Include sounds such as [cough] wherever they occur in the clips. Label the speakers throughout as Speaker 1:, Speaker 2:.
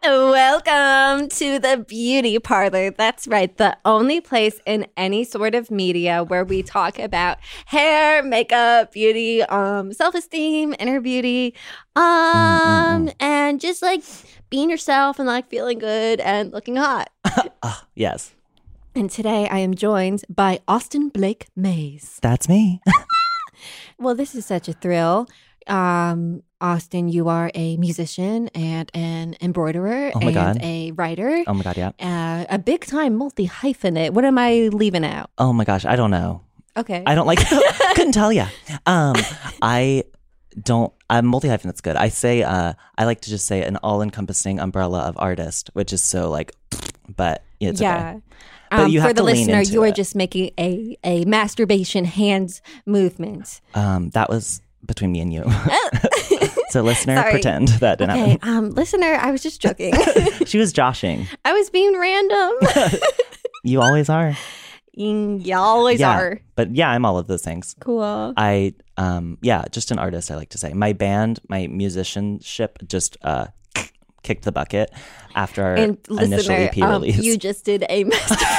Speaker 1: Welcome to the beauty parlor. That's right, the only place in any sort of media where we talk about hair, makeup, beauty, um, self-esteem, inner beauty,
Speaker 2: Mm,
Speaker 1: um, and just like being yourself and like feeling good and looking hot.
Speaker 2: Yes,
Speaker 1: And today I am joined by Austin Blake Mays.
Speaker 2: that's me.
Speaker 1: Well, this is such a thrill. Um, Austin, you are a musician and an embroiderer
Speaker 2: Oh my
Speaker 1: and
Speaker 2: God.
Speaker 1: a writer.
Speaker 2: Oh my god, yeah.
Speaker 1: uh, a big time multi hyphenate. What am I leaving out?
Speaker 2: Oh my gosh, I don't know.
Speaker 1: Okay.
Speaker 2: I don't like. [laughs] couldn't tell ya. Um, I don't. I'm multi hyphen. That's good. I say. Uh, I like to just say an all encompassing umbrella of artist, which is so like. But it's
Speaker 1: yeah. Um,
Speaker 2: okay. But you
Speaker 1: for
Speaker 2: have
Speaker 1: the
Speaker 2: to lean
Speaker 1: listener,
Speaker 2: into
Speaker 1: you are
Speaker 2: it.
Speaker 1: just making a, a masturbation hands movement.
Speaker 2: Um, that was between me and
Speaker 1: [laughs]
Speaker 2: you. so listener,
Speaker 1: Sorry.
Speaker 2: pretend that didn't [laughs]
Speaker 1: Okay, um, listener, I was just joking.
Speaker 2: happen. She was joshing.
Speaker 1: I was being
Speaker 2: [laughs]
Speaker 1: random.
Speaker 2: You always are.
Speaker 1: you always
Speaker 2: yeah.
Speaker 1: are.
Speaker 2: But yeah, I'm all of those things.
Speaker 1: Cool.
Speaker 2: I um yeah, just an artist I like to say. My band, my musicianship just uh [sniffs] kicked the bucket after our
Speaker 1: And
Speaker 2: initial
Speaker 1: listener,
Speaker 2: EP
Speaker 1: um,
Speaker 2: release. [laughs]
Speaker 1: you just did a masturbation.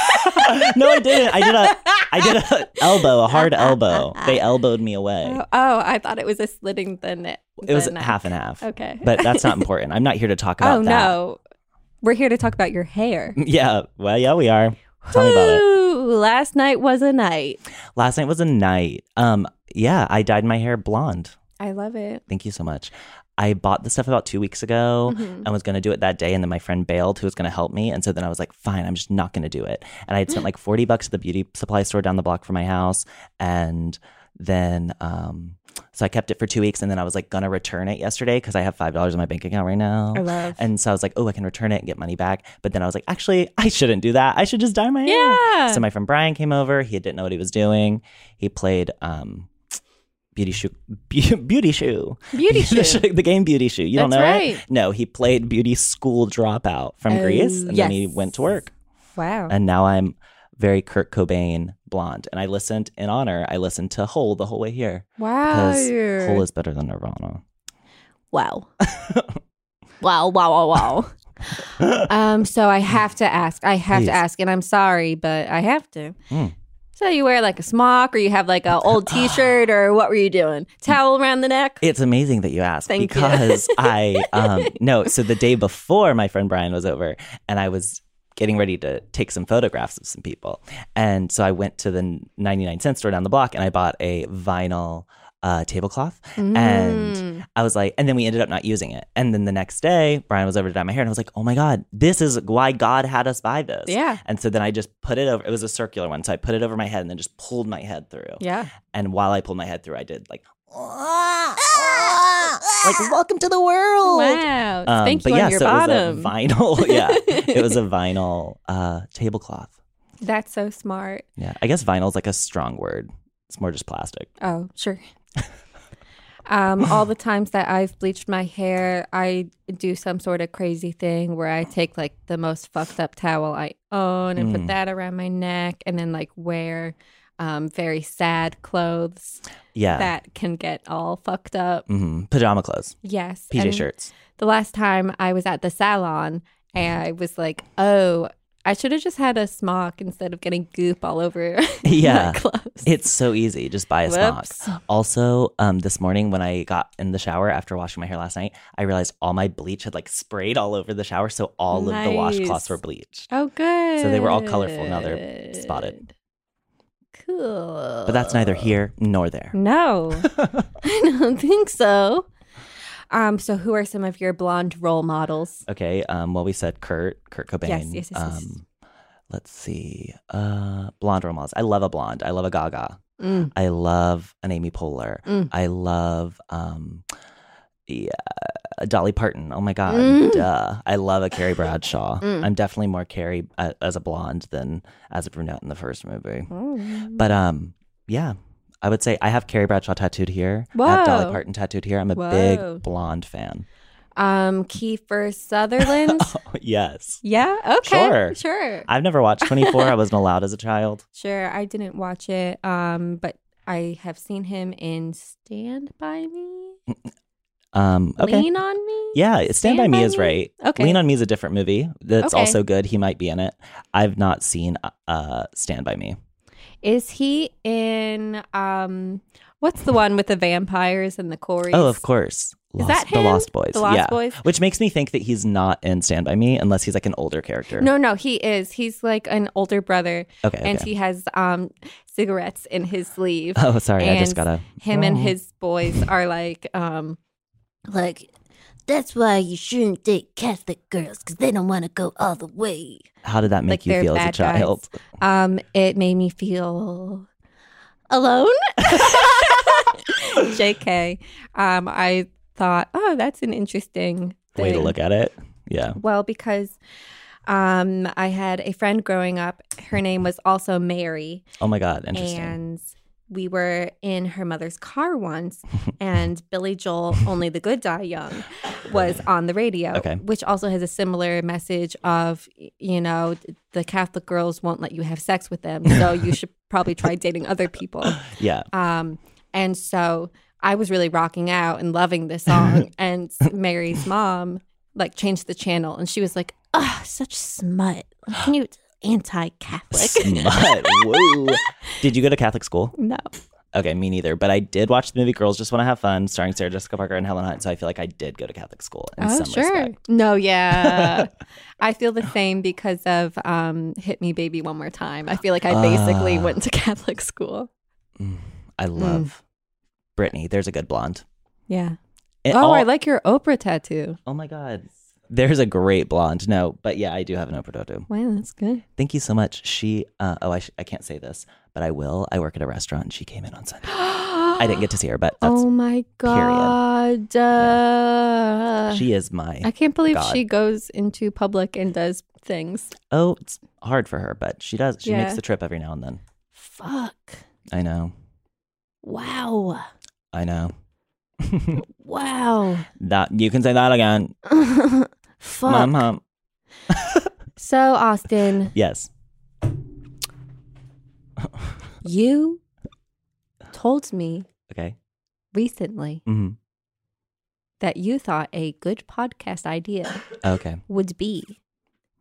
Speaker 2: no, I didn't. I did a I did a
Speaker 1: [laughs]
Speaker 2: elbow, a hard elbow. They elbowed me away.
Speaker 1: oh, I thought it was a slitting the net.
Speaker 2: it was
Speaker 1: the neck.
Speaker 2: half and half.
Speaker 1: Okay.
Speaker 2: But
Speaker 1: [laughs]
Speaker 2: that's not important. I'm not here to talk about
Speaker 1: Oh,
Speaker 2: that.
Speaker 1: no. We're here to talk about your hair.
Speaker 2: [laughs] Yeah. Well, yeah, we are. Tell me about it.
Speaker 1: Woo! Last night was a night.
Speaker 2: Last night was a night. Um yeah, I dyed my hair blonde.
Speaker 1: I love it.
Speaker 2: Thank you so much. I bought the stuff about two weeks ago
Speaker 1: Mm-hmm.
Speaker 2: and was going to do it that day. And then my friend bailed who was going to help me. And so then I was like, fine, I'm just not going to do it. And I
Speaker 1: [gasps]
Speaker 2: had spent like 40 bucks at the beauty supply store down the block from my house. And then, um, so I kept it for two weeks and then I was like, gonna return it yesterday because I have $5 in my bank account right now.
Speaker 1: I love.
Speaker 2: And so I was like, oh, I can return it and get money back. But then I was like, actually, I shouldn't do that. I should just dye my hair.
Speaker 1: Yeah.
Speaker 2: So my friend Brian came over. He didn't know what he was doing. He played um, Beauty Shoe. [laughs] Be- beauty Shoe.
Speaker 1: Beauty Shoe.
Speaker 2: [laughs] the game Beauty Shoe. You don't
Speaker 1: That's
Speaker 2: know
Speaker 1: right.
Speaker 2: it? No, he played Beauty School Dropout from
Speaker 1: Oh,
Speaker 2: Greece. And then he
Speaker 1: yes.
Speaker 2: went to work.
Speaker 1: Wow.
Speaker 2: And now I'm very Kurt Cobain blonde. And I listened in honor, I listened to Hole the whole way here.
Speaker 1: wow.
Speaker 2: Because Hole is better than Nirvana. [laughs]
Speaker 1: wow. wow. Wow. Wow. Wow.
Speaker 2: [laughs]
Speaker 1: um. So I have to ask. I have
Speaker 2: Please.
Speaker 1: to ask, and I'm sorry, but I have to.
Speaker 2: Mm.
Speaker 1: So you wear like a smock, or you have like an
Speaker 2: [laughs]
Speaker 1: old T-shirt, or what were you doing? Towel around the neck.
Speaker 2: It's amazing that you asked
Speaker 1: Thank you. [laughs]
Speaker 2: because I um no, so the day before my friend Brian was over and I was getting ready to take some photographs of some people. And so I went to the 99 cent store down the block and I bought a vinyl uh, tablecloth
Speaker 1: Hmm. Mm.
Speaker 2: and I was like, and then we ended up not using it. And then the next day, Brian was over to dye my hair, and I was like, oh my god, this is why God had us buy this.
Speaker 1: Yeah.
Speaker 2: And so then I just put it over. It was a circular one, so I put it over my head and then just pulled my head through.
Speaker 1: Yeah.
Speaker 2: And while I pulled my head through, I did [laughs] like, like welcome to the world.
Speaker 1: Wow.
Speaker 2: Um,
Speaker 1: Thank
Speaker 2: but
Speaker 1: you
Speaker 2: yeah,
Speaker 1: on your
Speaker 2: so
Speaker 1: bottom.
Speaker 2: it was a vinyl. [laughs] yeah, it
Speaker 1: [laughs]
Speaker 2: was a vinyl uh, tablecloth.
Speaker 1: That's so smart.
Speaker 2: Yeah, I guess vinyl's like a strong word. It's more just plastic.
Speaker 1: Oh, sure. um, all the times that I've bleached my hair, I do some sort of crazy thing where I take like the most fucked up towel I own and put
Speaker 2: Mm.
Speaker 1: that around my neck and then like wear um, very sad clothes
Speaker 2: Yeah.
Speaker 1: that can get all fucked up.
Speaker 2: hmm Pajama clothes,
Speaker 1: Yes.
Speaker 2: PJ
Speaker 1: and [laughs]
Speaker 2: shirts. Mm.
Speaker 1: The last time I was at the salon, and I was like, oh, I I should have just had a smock instead of getting goop all over [laughs]
Speaker 2: Yeah.
Speaker 1: my clothes.
Speaker 2: It's so easy. Just buy a smock.
Speaker 1: Whoops.
Speaker 2: Also, um, this morning when I got in the shower after washing my hair last night, I realized all my bleach had like sprayed all over the shower, so all of the
Speaker 1: Nice.
Speaker 2: washcloths were bleached.
Speaker 1: Oh, good.
Speaker 2: they were all colorful, now they're spotted.
Speaker 1: Cool.
Speaker 2: But that's neither here nor there. [laughs]
Speaker 1: No, [laughs] I don't think so. Um, so who are some of your blonde role models?
Speaker 2: Okay. Um, well, we said Kurt, Kurt Cobain.
Speaker 1: yes, yes, yes.
Speaker 2: um, Let's see. Uh, blonde role models. I love a blonde. I love a Gaga.
Speaker 1: Mm.
Speaker 2: I love an Amy Poehler.
Speaker 1: Mm.
Speaker 2: I love um, yeah, Dolly Parton. Oh my God.
Speaker 1: Mm.
Speaker 2: Duh. I love a Carrie Bradshaw.
Speaker 1: [laughs] Mm.
Speaker 2: I'm definitely more Carrie uh, as a blonde than as a brunette in the first movie.
Speaker 1: Mm.
Speaker 2: But um, yeah, I would say I have Carrie Bradshaw tattooed here. I have Dolly
Speaker 1: Whoa.
Speaker 2: Parton tattooed here. I'm a
Speaker 1: Whoa.
Speaker 2: big blonde fan.
Speaker 1: Um, Kiefer
Speaker 2: [laughs]
Speaker 1: Sutherland.
Speaker 2: yes.
Speaker 1: yeah. Okay.
Speaker 2: Sure.
Speaker 1: Sure.
Speaker 2: I've never watched 24. I wasn't allowed as a child.
Speaker 1: Sure. I didn't watch it. Um, but I have seen him in Stand by Me.
Speaker 2: Um, okay.
Speaker 1: Lean on Me.
Speaker 2: Yeah, Stand, by, Me is right.
Speaker 1: Okay.
Speaker 2: Lean on Me is a different movie that's
Speaker 1: Okay.
Speaker 2: also good. He might be in it. I've not seen uh, Stand by Me.
Speaker 1: Is he in um? What's the one with the vampires and the Corys?
Speaker 2: Oh, of course.
Speaker 1: Is
Speaker 2: Lost,
Speaker 1: that him?
Speaker 2: The Lost Boys.
Speaker 1: The Lost
Speaker 2: yeah.
Speaker 1: Boys.
Speaker 2: Which makes me think that he's not in Stand by Me unless he's like an older character.
Speaker 1: No, no, he is. He's like an older brother,
Speaker 2: Okay. okay.
Speaker 1: and he has um cigarettes in his sleeve.
Speaker 2: oh, sorry. I just
Speaker 1: and
Speaker 2: gotta.
Speaker 1: Him and
Speaker 2: Oh.
Speaker 1: his boys are like um
Speaker 3: Like, that's why Uh, you shouldn't date Catholic girls, because they don't want to go all the way.
Speaker 2: How did that make
Speaker 1: like
Speaker 2: you
Speaker 1: they're
Speaker 2: feel as a
Speaker 1: bad guys.
Speaker 2: child?
Speaker 1: [laughs] um. It made me feel alone. [laughs] Jk. Um. I thought, oh, that's an interesting thing.
Speaker 2: Way to look at it. Yeah.
Speaker 1: Well, because um, I had a friend growing up. Her name was also Mary,
Speaker 2: Oh my God. Interesting.
Speaker 1: and we were in her mother's car
Speaker 2: [laughs]
Speaker 1: once, and Billy Joel, "Only the Good Die Young," was on the radio,
Speaker 2: Okay.
Speaker 1: which also has a similar message of, y- you know, the Catholic girls won't let you have sex with them, so
Speaker 2: [laughs]
Speaker 1: you should probably try dating other people. [laughs]
Speaker 2: yeah.
Speaker 1: Um, and so I was really rocking out and loving this
Speaker 2: [laughs]
Speaker 1: song. and Mary's mom like changed the channel and she was like,
Speaker 3: Oh, such smut. Can you
Speaker 1: anti Catholic.
Speaker 2: Smut. Woo. Did you go to Catholic school?
Speaker 1: [laughs] No.
Speaker 2: Okay, me neither. But I did watch the movie Girls Just Want to Have Fun, starring Sarah Jessica Parker and Helen Hunt. So I feel like I did go to Catholic school in
Speaker 1: Oh,
Speaker 2: some respect.
Speaker 1: No,
Speaker 2: [laughs]
Speaker 1: yeah. I feel the same because of um, Hit Me Baby One More Time. I feel like I basically
Speaker 2: Ah.
Speaker 1: went to [laughs] Catholic school.
Speaker 2: Mm, I
Speaker 1: Hmm.
Speaker 2: love Brittany. There's a good blonde.
Speaker 1: Yeah.
Speaker 2: And
Speaker 1: oh,
Speaker 2: all-
Speaker 1: I like your Oprah tattoo.
Speaker 2: Oh my God. There's a great blonde. No, but yeah, I do have an Oprah tattoo.
Speaker 1: Wow, that's [gasps] good.
Speaker 2: Thank you so much. She. Uh, oh, I, sh- I can't say this, but I will. I work at a restaurant. and She came in on Sunday. I
Speaker 1: I
Speaker 2: didn't get to see her, but that's.
Speaker 1: [gasps] oh my god! Uh,
Speaker 2: she is my.
Speaker 1: I can't believe
Speaker 2: God.
Speaker 1: she goes into public and does things.
Speaker 2: oh, it's hard for her, but she does. She
Speaker 1: Yeah.
Speaker 2: makes the trip every now and then.
Speaker 3: fuck?
Speaker 2: I know.
Speaker 3: Wow.
Speaker 2: I know. [laughs]
Speaker 3: Wow.
Speaker 2: That you can say that again.
Speaker 3: fuck.
Speaker 2: Mom, mom.
Speaker 1: So, Austin,
Speaker 2: Yes.
Speaker 1: you told me
Speaker 2: Okay.
Speaker 1: recently
Speaker 2: hmm
Speaker 1: that you thought a good podcast idea
Speaker 2: Okay.
Speaker 1: would be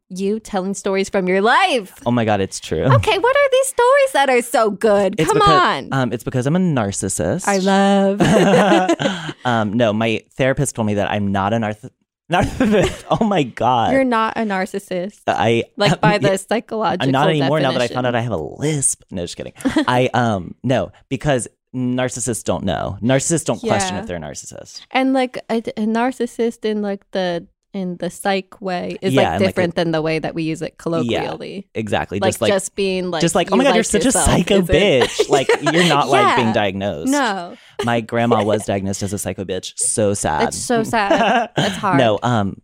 Speaker 1: you telling stories from your life.
Speaker 2: Oh my God, it's true.
Speaker 1: Okay, what are these stories that are so good?
Speaker 2: [laughs] It's
Speaker 1: Come
Speaker 2: because-
Speaker 1: on.
Speaker 2: Um, it's because I'm a narcissist.
Speaker 1: I
Speaker 2: [laughs]
Speaker 1: love. [laughs]
Speaker 2: um, no, my therapist told me that I'm not a narth- narcissist. [laughs] oh my God.
Speaker 1: You're not a narcissist.
Speaker 2: I
Speaker 1: Like by the
Speaker 2: Uh, Yeah,
Speaker 1: psychological
Speaker 2: I'm not anymore now that I found out
Speaker 1: definition.
Speaker 2: I have a lisp. No,
Speaker 1: [laughs]
Speaker 2: just kidding. I um no because narcissists don't know. Narcissists don't question
Speaker 1: Yeah.
Speaker 2: if they're a narcissist.
Speaker 1: and like a, a narcissist in like the in the psych way is
Speaker 2: Yeah,
Speaker 1: like
Speaker 2: and, like,
Speaker 1: different than the way that we use it colloquially
Speaker 2: Exactly.
Speaker 1: like,
Speaker 2: just like
Speaker 1: just being like
Speaker 2: just like, oh
Speaker 1: you
Speaker 2: my god, you're
Speaker 1: liked
Speaker 2: such
Speaker 1: yourself
Speaker 2: a psycho
Speaker 1: is [laughs] it-
Speaker 2: bitch. Like you're not like
Speaker 1: [laughs]
Speaker 2: being
Speaker 1: Yeah.
Speaker 2: diagnosed.
Speaker 1: no
Speaker 2: My grandma was diagnosed as a psycho bitch. So sad.
Speaker 1: that's so sad That's hard.
Speaker 2: [laughs] No, um,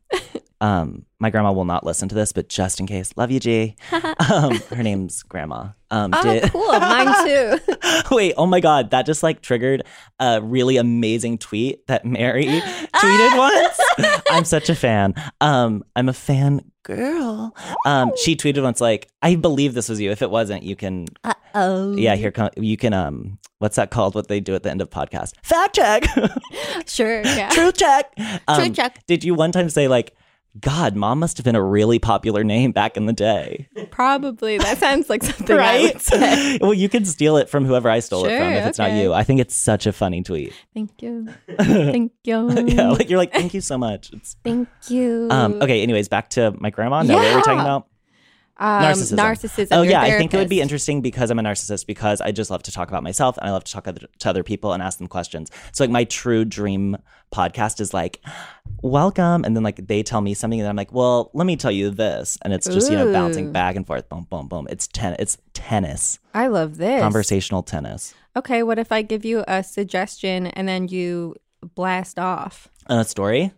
Speaker 2: um, my grandma will not listen to this, but just in case, love you,
Speaker 1: [laughs]
Speaker 2: G. Um, her name's Grandma. Um,
Speaker 1: oh
Speaker 2: did-
Speaker 1: cool
Speaker 2: [laughs]
Speaker 1: mine too [laughs]
Speaker 2: Wait, oh my God, that just like triggered a really amazing tweet
Speaker 1: [laughs]
Speaker 2: that Mary tweeted once. I'm such a fan. Um, I'm a fan girl. Um, she tweeted once like, I believe this was you. If it wasn't, you can,
Speaker 1: oh
Speaker 2: yeah, here come, you can, um, what's that called? What they do at the end of podcast? Fact check, [laughs]
Speaker 1: sure yeah [laughs]
Speaker 2: truth check, um,
Speaker 1: check.
Speaker 2: Did you one time say like? God, mom must have been a really popular name back in the
Speaker 1: [laughs]
Speaker 2: day.
Speaker 1: Probably. That sounds
Speaker 2: [laughs]
Speaker 1: like something I would say.
Speaker 2: well, you can steal it from whoever I stole it from
Speaker 1: Sure,
Speaker 2: if it's not
Speaker 1: okay.
Speaker 2: you. I think it's such a funny tweet. [laughs]
Speaker 1: Thank you. Thank you.
Speaker 2: yeah, like you're like, thank you so much. It's,
Speaker 1: Thank you.
Speaker 2: um, okay, anyways, back to my grandma. No, what were we talking
Speaker 1: Mm. Yeah.
Speaker 2: about?
Speaker 1: Um,
Speaker 2: narcissism.
Speaker 1: Narcissism.
Speaker 2: Oh
Speaker 1: your
Speaker 2: yeah, I think it would be
Speaker 1: therapist.
Speaker 2: interesting because I'm a narcissist because I just love to talk about myself and I love to talk other, to other people and ask them questions. So like my true dream podcast is like, welcome, and then like they tell me something and I'm like, well, let me tell you this, and it's just you know bouncing
Speaker 1: Ooh.
Speaker 2: back and forth, boom, boom, boom. It's ten, it's tennis,
Speaker 1: I love this
Speaker 2: conversational tennis.
Speaker 1: Okay, what if I give you a suggestion and then you blast off?
Speaker 2: And a story.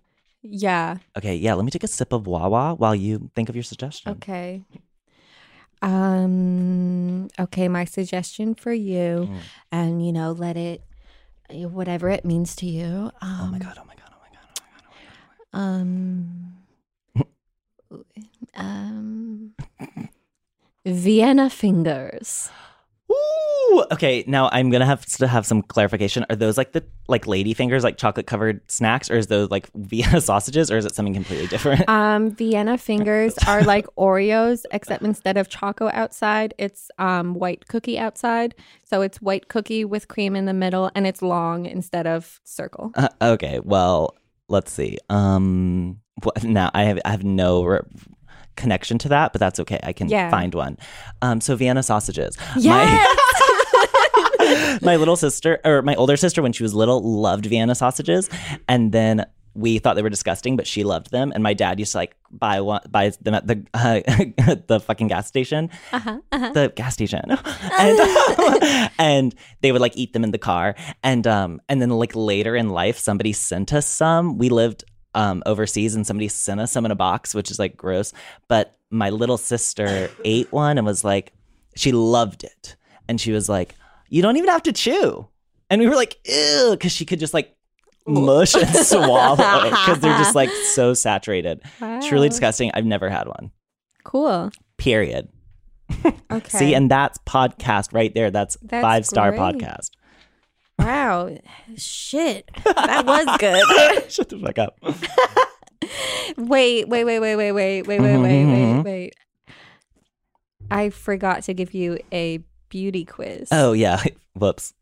Speaker 1: Yeah.
Speaker 2: Okay, yeah, let me take a sip of Wawa while you think of your suggestion.
Speaker 1: Okay. Um. Okay, my suggestion for you,
Speaker 2: Mm.
Speaker 1: and you know, let it, whatever it means to you. Um,
Speaker 2: Oh my god! Oh my god! Oh my god! Oh my god!
Speaker 1: Um, um, Vienna fingers.
Speaker 2: Ooh. Okay, now I'm gonna have to have some clarification. Are those like the like lady fingers, like chocolate covered snacks, or is those like [laughs] Vienna sausages, or is it something completely different?
Speaker 1: Um, Vienna fingers are like [laughs] Oreos, except instead of choco outside, it's um white cookie outside. So it's white cookie with cream in the middle, and it's long instead of circle.
Speaker 2: Uh, [laughs] okay, well, let's see. Um, what, now I have I have no re- connection to that, but that's okay. I can
Speaker 1: Yeah.
Speaker 2: find one. Um, so Vienna sausages. My-
Speaker 1: Yes!
Speaker 2: my little sister or my older sister when she was little loved Vienna sausages and then we thought they were disgusting but she loved them and my dad used to like buy one buy them at the uh, [laughs] the fucking gas station the gas station [laughs] and, [laughs] and they would like eat them in the car and um and then like later in life somebody sent us some we lived um overseas and somebody sent us some in a box which is like gross but my little sister ate one and was like she loved it and she was like you don't even have to chew and we were like ew because she could just like
Speaker 1: [laughs]
Speaker 2: mush and swallow it because they're just like so saturated it's really
Speaker 1: Wow.
Speaker 2: disgusting i've never had one
Speaker 1: Cool.
Speaker 2: period
Speaker 1: Okay.
Speaker 2: See, and that's podcast right there. That's,
Speaker 1: That's
Speaker 2: five star
Speaker 1: great.
Speaker 2: podcast. [laughs]
Speaker 1: [laughs] wow,
Speaker 3: Shit.
Speaker 1: that was [laughs] good.
Speaker 2: Shut the fuck up.
Speaker 1: Wait, wait, wait, wait, wait, wait, wait, wait, wait,
Speaker 2: Mm-hmm,
Speaker 1: wait, wait. I forgot to give you a beauty quiz.
Speaker 2: Oh yeah. [laughs]
Speaker 1: [laughs]
Speaker 2: Whoops.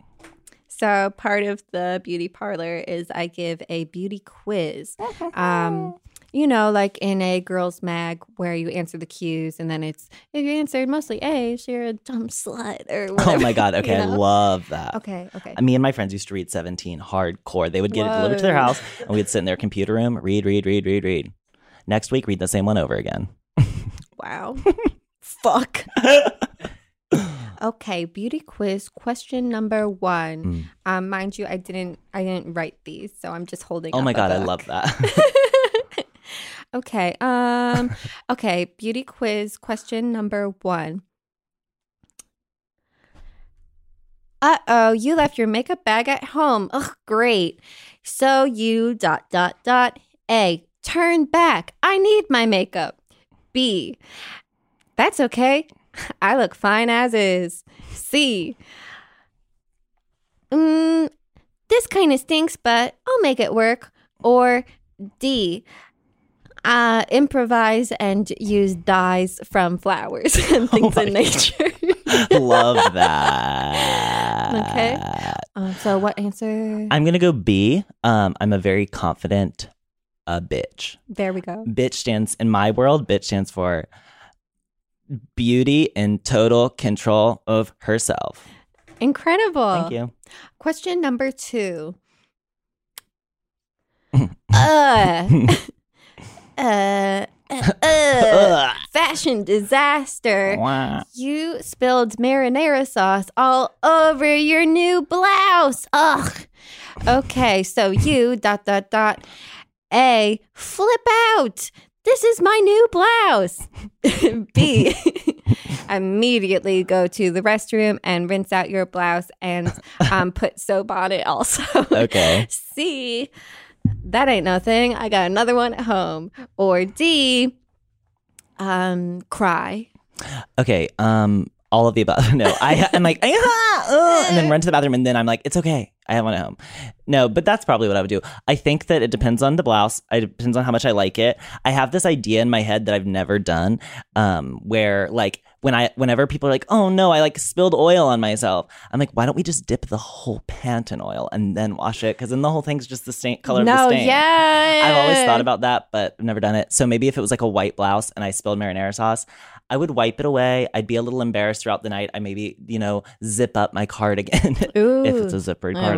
Speaker 1: So part of the beauty parlor is I give a beauty
Speaker 2: [laughs]
Speaker 1: quiz. Um, you know, like in a girls' mag where you answer the cues, and then it's if you answered mostly A's, you're a dumb slut or whatever.
Speaker 2: [laughs] Oh my god.
Speaker 1: you
Speaker 2: Okay, I
Speaker 1: know?
Speaker 2: love that.
Speaker 1: Okay. Okay.
Speaker 2: Me and my friends used to read Seventeen hardcore. They would get it delivered to their
Speaker 1: Whoa.
Speaker 2: house, and we'd sit in their computer room, read, read, read, read, read. Next week, read the same one over again. [laughs]
Speaker 1: Wow. Fuck. okay, beauty quiz question number one.
Speaker 2: Hmm.
Speaker 1: Um, mind you, I didn't I didn't write these, so I'm just holding.
Speaker 2: Oh
Speaker 1: up
Speaker 2: my
Speaker 1: a
Speaker 2: god, I
Speaker 1: book.
Speaker 2: love that.
Speaker 1: [laughs] okay.
Speaker 2: [laughs]
Speaker 1: Um. Okay. Beauty quiz question number one. Uh oh, you left your makeup bag at home. Ugh, great. So you dot dot dot. A. Turn back. I need my makeup. B. That's okay. [laughs] I look fine as is. C. Mm, this kind of stinks, but I'll make it work. Or D. Uh, improvise and use dyes from flowers [laughs] and things
Speaker 2: Oh my
Speaker 1: in
Speaker 2: God.
Speaker 1: nature. [laughs]
Speaker 2: love that.
Speaker 1: Okay. um, so, what answer?
Speaker 2: I'm gonna go B. Um, I'm a very confident, uh, bitch.
Speaker 1: there we go.
Speaker 2: bitch stands in my world bitch stands for beauty and total control of herself
Speaker 1: Incredible.
Speaker 2: thank you
Speaker 1: Question number
Speaker 2: [laughs]
Speaker 1: two. [laughs] uh, uh, uh,
Speaker 2: [laughs]
Speaker 1: uh,
Speaker 2: Ugh.
Speaker 1: fashion disaster.
Speaker 2: Wah.
Speaker 1: You spilled marinara sauce all over your new blouse. Ugh. Okay, so you dot dot dot A flip out. This is my new blouse. [laughs] B [laughs] immediately go to the restroom and rinse out your blouse and um, put soap on it also.
Speaker 2: okay
Speaker 1: C, that ain't nothing. I got another one at home. Or D, um, cry.
Speaker 2: okay [laughs] um all of the above no i i'm like "Ah, ugh," and then run to the bathroom and then i'm like it's okay I have one at home. No, but that's probably what I would do. I think that it depends on the blouse. It depends on how much I like it. I have this idea in my head that I've never done, um, where like when I whenever people are like, "Oh no, I like spilled oil on myself," I'm like, "Why don't we just dip the whole pant in oil and then wash it? Because then the whole thing's just the stain color of the
Speaker 1: no,
Speaker 2: stain."
Speaker 1: yeah.
Speaker 2: I've always
Speaker 1: Eh.
Speaker 2: thought about that, but I've never done it. So maybe if it was like a white blouse and I spilled marinara sauce, I would wipe it away. I'd be a little embarrassed throughout the night. I maybe, you know, zip up my cardigan [laughs] if it's a zippered cardigan.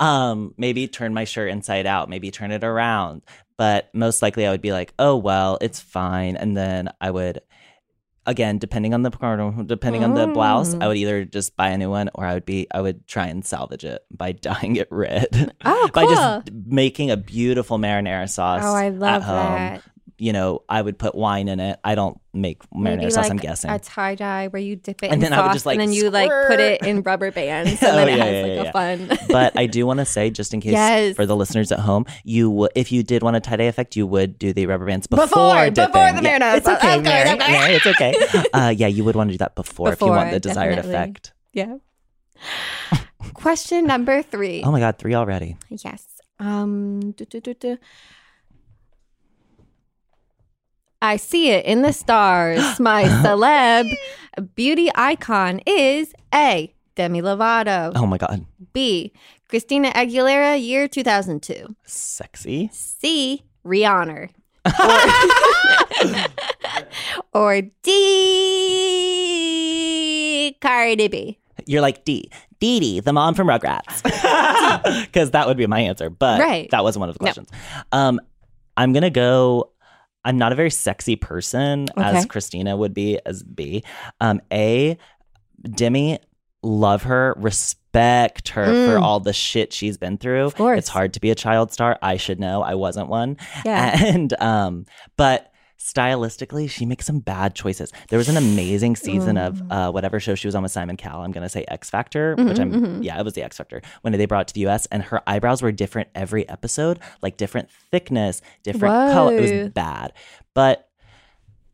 Speaker 2: Um, maybe turn my shirt inside out, maybe turn it around. But most likely I would be like, oh well, it's fine. And then I would again, depending on the card depending on the blouse, I would either just buy a new one or I would be I would try and salvage it by [laughs] dyeing it red.
Speaker 1: Oh,
Speaker 2: by
Speaker 1: cool.
Speaker 2: just making a beautiful marinara sauce.
Speaker 1: Oh, I
Speaker 2: at
Speaker 1: love
Speaker 2: home.
Speaker 1: that.
Speaker 2: You know, I would put wine in it. I don't make marinara
Speaker 1: Maybe
Speaker 2: sauce.
Speaker 1: like
Speaker 2: I'm guessing.
Speaker 1: a tie dye where you dip it
Speaker 2: And
Speaker 1: in
Speaker 2: then I
Speaker 1: sauce
Speaker 2: would just, like,
Speaker 1: and then you like put it in rubber
Speaker 2: [laughs]
Speaker 1: bands and
Speaker 2: Oh,
Speaker 1: then it
Speaker 2: yeah,
Speaker 1: has
Speaker 2: yeah,
Speaker 1: like
Speaker 2: yeah.
Speaker 1: a fun.
Speaker 2: [laughs] but I do want to say, just in case
Speaker 1: Yes.
Speaker 2: for the listeners at home, you w- if you did want a tie dye effect, you would do the rubber bands before
Speaker 1: before
Speaker 2: dipping.
Speaker 1: the
Speaker 2: Yeah.
Speaker 1: marinara.
Speaker 2: It's okay, Mary. Mary,
Speaker 1: [laughs]
Speaker 2: it's okay. Uh, yeah, you would want to do that before, if you want
Speaker 1: Before,
Speaker 2: the desired
Speaker 1: definitely.
Speaker 2: effect.
Speaker 1: Yeah. Question number
Speaker 2: [laughs]
Speaker 1: three.
Speaker 2: Oh my god, three already.
Speaker 1: Yes. Um. du- du- du- du. I see it in the stars. My celeb beauty icon is A. Demi Lovato.
Speaker 2: Oh my god,
Speaker 1: B. Christina Aguilera, year 2002.
Speaker 2: sexy.
Speaker 1: C. Rihanna. [laughs] or, or D. Cardi B.
Speaker 2: You're like D, Dee Dee, the mom
Speaker 1: [laughs]
Speaker 2: from Rugrats, because that would be my answer. But
Speaker 1: Right.
Speaker 2: that wasn't one of the
Speaker 1: No.
Speaker 2: questions. Um, I'm gonna go. I'm not a very sexy person, as
Speaker 1: Okay.
Speaker 2: Christina would be as B. Um, a, Demi, love her, respect her for
Speaker 1: Mm.
Speaker 2: all the shit she's been through.
Speaker 1: Of course.
Speaker 2: It's hard to be a child star. I should know. I wasn't one.
Speaker 1: Yeah.
Speaker 2: [laughs] And um, but stylistically, she makes some bad choices. There was an amazing season of uh, whatever show she was on with Simon Cowell. I'm gonna say X Factor,
Speaker 1: Mm-hmm,
Speaker 2: which I'm yeah, it was the X Factor when they brought it to the U.S. And her eyebrows were different every episode, like different thickness, different color. It
Speaker 1: Whoa.
Speaker 2: was bad, but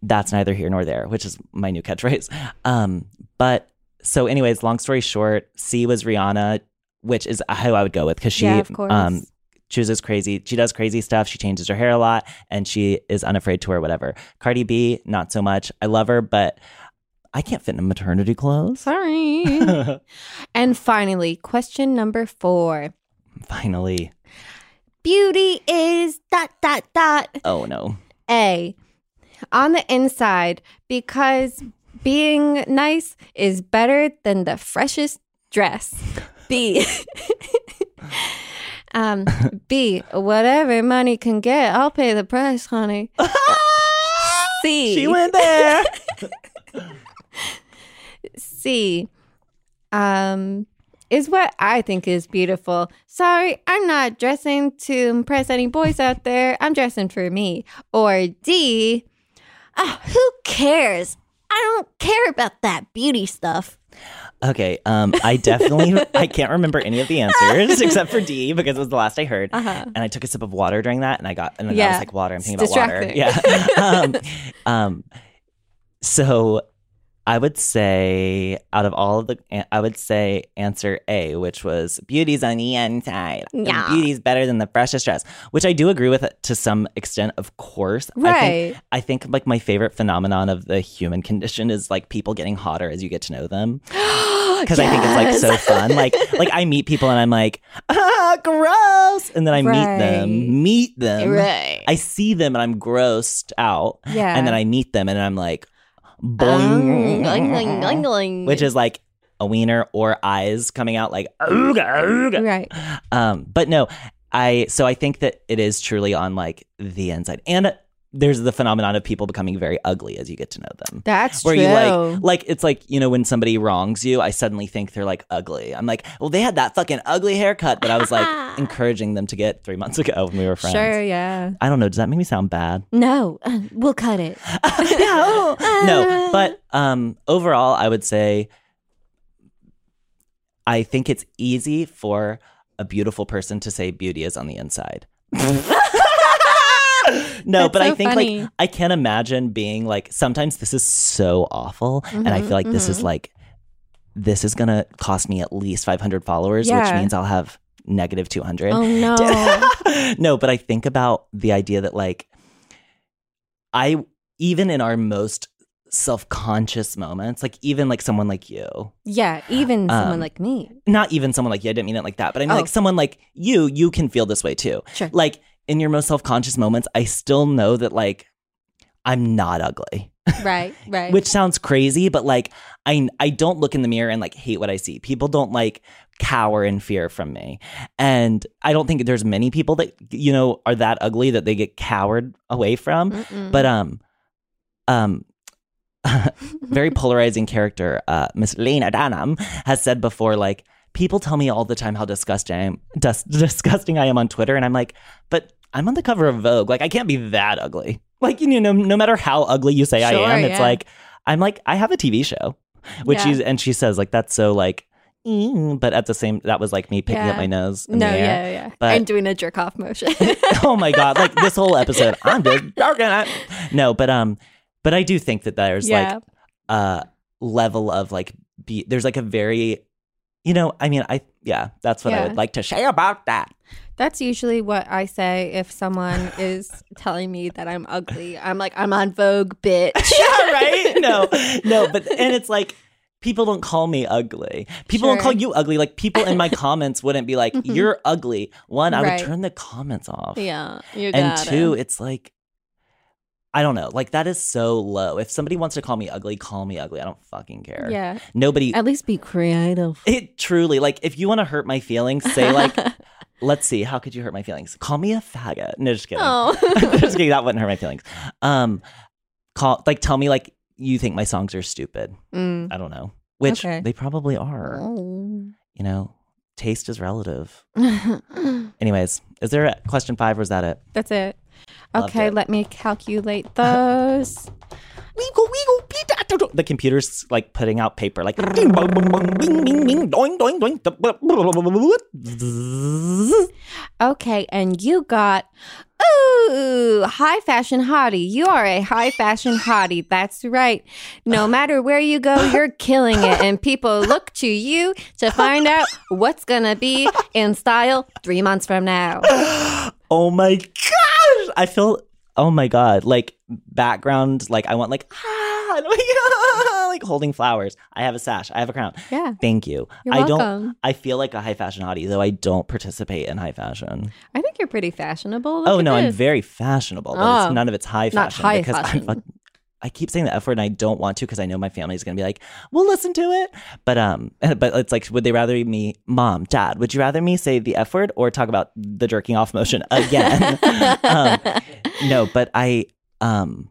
Speaker 2: that's neither here nor there, which is my new catchphrase. Um, but so, anyways, long story short, C was Rihanna, which is who I would go with because she
Speaker 1: Yeah, of course.
Speaker 2: um chooses crazy. She does crazy stuff. She changes her hair a lot, and she is unafraid to wear whatever. Cardi B, not so much. I love her, but I can't fit in maternity clothes.
Speaker 1: Sorry. and finally, question number four.
Speaker 2: Finally,
Speaker 1: Beauty is dot, dot, dot.
Speaker 2: oh no,
Speaker 1: A. On the inside, because being nice is better than the freshest dress. B. [laughs] um, B. Whatever money can get, I'll pay the price,
Speaker 2: [laughs]
Speaker 1: honey. C.
Speaker 2: she went there.
Speaker 1: C. Um, is what I think is beautiful. Sorry, I'm not dressing to impress any boys out there. I'm dressing for me. Or D.
Speaker 3: Ah, who cares? I don't care about that beauty stuff.
Speaker 2: Okay, um,
Speaker 1: [laughs]
Speaker 2: I definitely I can't remember any of the answers except for D because it was the last I heard, and I took a sip of water during that, and I got and then I
Speaker 1: Uh-huh. Yeah.
Speaker 2: was like, water. I'm thinking
Speaker 1: It's
Speaker 2: about water. Yeah. um,
Speaker 1: [laughs]
Speaker 2: um, so I would say out of all of the, an- I would say answer A, which was beauty's on the inside. And
Speaker 1: Yeah.
Speaker 2: beauty's better than the freshest dress, which I do agree with to some extent, of course. I think
Speaker 1: Right.
Speaker 2: I think like my favorite phenomenon of the human condition is like people getting hotter as you get to know them. Because I think it's like so fun.
Speaker 1: [laughs]
Speaker 2: Like like I meet people and I'm like, ah, gross. And then I meet
Speaker 1: Right.
Speaker 2: them, meet them.
Speaker 1: Right.
Speaker 2: I see them and I'm grossed out.
Speaker 1: Yeah. Um,
Speaker 2: And then I meet them and I'm like,
Speaker 1: Oh,
Speaker 2: boing, which is like a wiener or eyes coming out like, ooga, ooga.
Speaker 1: right.
Speaker 2: Um, but no, I so I think that it is truly on like the inside, and uh, there's the phenomenon of people becoming very ugly as you get to know them.
Speaker 1: That's
Speaker 2: Where
Speaker 1: true.
Speaker 2: you like, like it's like you know when somebody wrongs you, I suddenly think they're like ugly. I'm like, well, they had that fucking ugly haircut that I was
Speaker 1: [laughs]
Speaker 2: like encouraging them to get three months ago when we were friends.
Speaker 1: sure, yeah.
Speaker 2: I don't know. Does that make me sound bad?
Speaker 3: No,
Speaker 1: [laughs]
Speaker 3: uh, we'll cut [laughs] it.
Speaker 2: no, no. But um, overall, I would say I think it's easy for a beautiful person to say beauty is on the inside. [laughs] No,
Speaker 1: That's
Speaker 2: but I
Speaker 1: so
Speaker 2: think
Speaker 1: funny.
Speaker 2: like I can't
Speaker 1: Mm-hmm,
Speaker 2: imagine being like sometimes this is so awful and I feel like this is like this is going to cost me at least 500 followers, which
Speaker 1: Yeah.
Speaker 2: means I'll have negative 200.
Speaker 1: Oh
Speaker 2: [laughs]
Speaker 1: no. [laughs]
Speaker 2: Oh. no, but I think about the idea that like I even in our most self-conscious moments, like even like someone like you,
Speaker 1: yeah, even someone
Speaker 2: Um,
Speaker 1: like me.
Speaker 2: not even someone like you, I didn't mean it like that, but I mean
Speaker 1: Oh.
Speaker 2: like someone like you, you can feel this way too.
Speaker 1: Sure.
Speaker 2: Like in your most self-conscious moments, I still know that like I'm not ugly.
Speaker 1: right, right.
Speaker 2: Which sounds crazy, but like I I don't look in the mirror and like hate what I see. People don't like cower in fear from me. And I don't think there's many people that you know are that ugly that they get cowered away from.
Speaker 1: Mm-mm.
Speaker 2: But um um [laughs] very polarizing character, uh, Miss Lena Dunham has said before, like, people tell me all the time how disgusting I am, dis- disgusting I am on Twitter. And I'm like, but I'm on the cover of Vogue. Like, I can't be that ugly. Like, you know, no matter how ugly you say
Speaker 1: Sure,
Speaker 2: I am, it's
Speaker 1: yeah.
Speaker 2: like, I'm like, I have a TV show, which
Speaker 1: Yeah.
Speaker 2: she's, and she says, like, that's so like, mm, but at the same, that was like me picking
Speaker 1: Yeah.
Speaker 2: up my nose. in
Speaker 1: no,
Speaker 2: the air.
Speaker 1: yeah, yeah.
Speaker 2: But-
Speaker 1: and doing a jerk off
Speaker 2: [laughs]
Speaker 1: motion.
Speaker 2: oh my god like this whole episode i'm just dark and I- no but um but i do think that there's
Speaker 1: yeah.
Speaker 2: like a level of like be there's like a very you know i mean i yeah that's what i
Speaker 1: Yeah.
Speaker 2: would like to say about that [laughs]
Speaker 1: That's usually what I say if someone is telling me that I'm ugly. I'm like, I'm on Vogue, bitch.
Speaker 2: [laughs] yeah right no no but and it's like people don't call me ugly people don't
Speaker 1: Sure.
Speaker 2: call you ugly like people
Speaker 1: [laughs]
Speaker 2: in my comments wouldn't be like
Speaker 1: Mhm.
Speaker 2: you're ugly one i
Speaker 1: Right.
Speaker 2: would turn the comments off
Speaker 1: [laughs] Yeah, you
Speaker 2: and
Speaker 1: got
Speaker 2: two,
Speaker 1: it.
Speaker 2: it's like I don't know, like that is so low. If somebody wants to call me ugly, call me ugly. I don't fucking care.
Speaker 1: yeah.
Speaker 2: Nobody
Speaker 1: At least be
Speaker 3: [laughs]
Speaker 1: creative.
Speaker 2: [laughs] it truly like if you want to hurt my feelings, say
Speaker 1: [laughs]
Speaker 2: like let's see, how could you hurt my feelings? Call me a faggot. No, just kidding. [laughs]
Speaker 1: oh, [laughs]
Speaker 2: just kidding, that wouldn't hurt my feelings. Um call like tell me like you think my songs are stupid.
Speaker 1: Mm.
Speaker 2: I don't know. Which
Speaker 1: Okay. Oh.
Speaker 2: they probably are. You know, taste
Speaker 1: [laughs]
Speaker 2: is relative. Anyways, is there a question five or is that it?
Speaker 1: that's it.
Speaker 2: Loved
Speaker 1: Okay,
Speaker 2: it.
Speaker 1: let me
Speaker 2: [laughs]
Speaker 1: calculate those.
Speaker 2: Weagle, weagle, beat that, do, do. The computer's like putting out paper, like ding, bong, bong, bong, ding, ding, ding, doing, doing, doing. da, blah, blah, blah, blah, blah, blah.
Speaker 1: Okay, and you got ooh, high fashion hottie. You are a high fashion hottie. That's right.
Speaker 2: [laughs]
Speaker 1: No matter where you go, you're killing it, and people look to you to find out what's gonna be in style three months from
Speaker 2: [laughs]
Speaker 1: now.
Speaker 2: Oh my gosh! I feel oh my god, like background, like I want like ah, and, like, ah, [laughs] like holding flowers. I have a sash. I have a crown.
Speaker 1: Yeah,
Speaker 2: Thank you.
Speaker 1: You're
Speaker 2: I don't.
Speaker 1: welcome.
Speaker 2: I feel like a high fashion hottie, though I don't participate in high fashion.
Speaker 1: I think you're pretty fashionable. Look
Speaker 2: oh
Speaker 1: at
Speaker 2: no, I'm
Speaker 1: this.
Speaker 2: very fashionable, but
Speaker 1: Oh.
Speaker 2: it's, none of it's high fashion
Speaker 1: Not high
Speaker 2: because
Speaker 1: fashion.
Speaker 2: I'm fuck- I keep saying the F word and I don't want to because I know my family's gonna be like, "We'll listen to it," but um, [laughs] but it's like, would they rather me, mom, dad? Would you rather me say the F word or talk about the jerking off motion [laughs] again? um, no, but I um,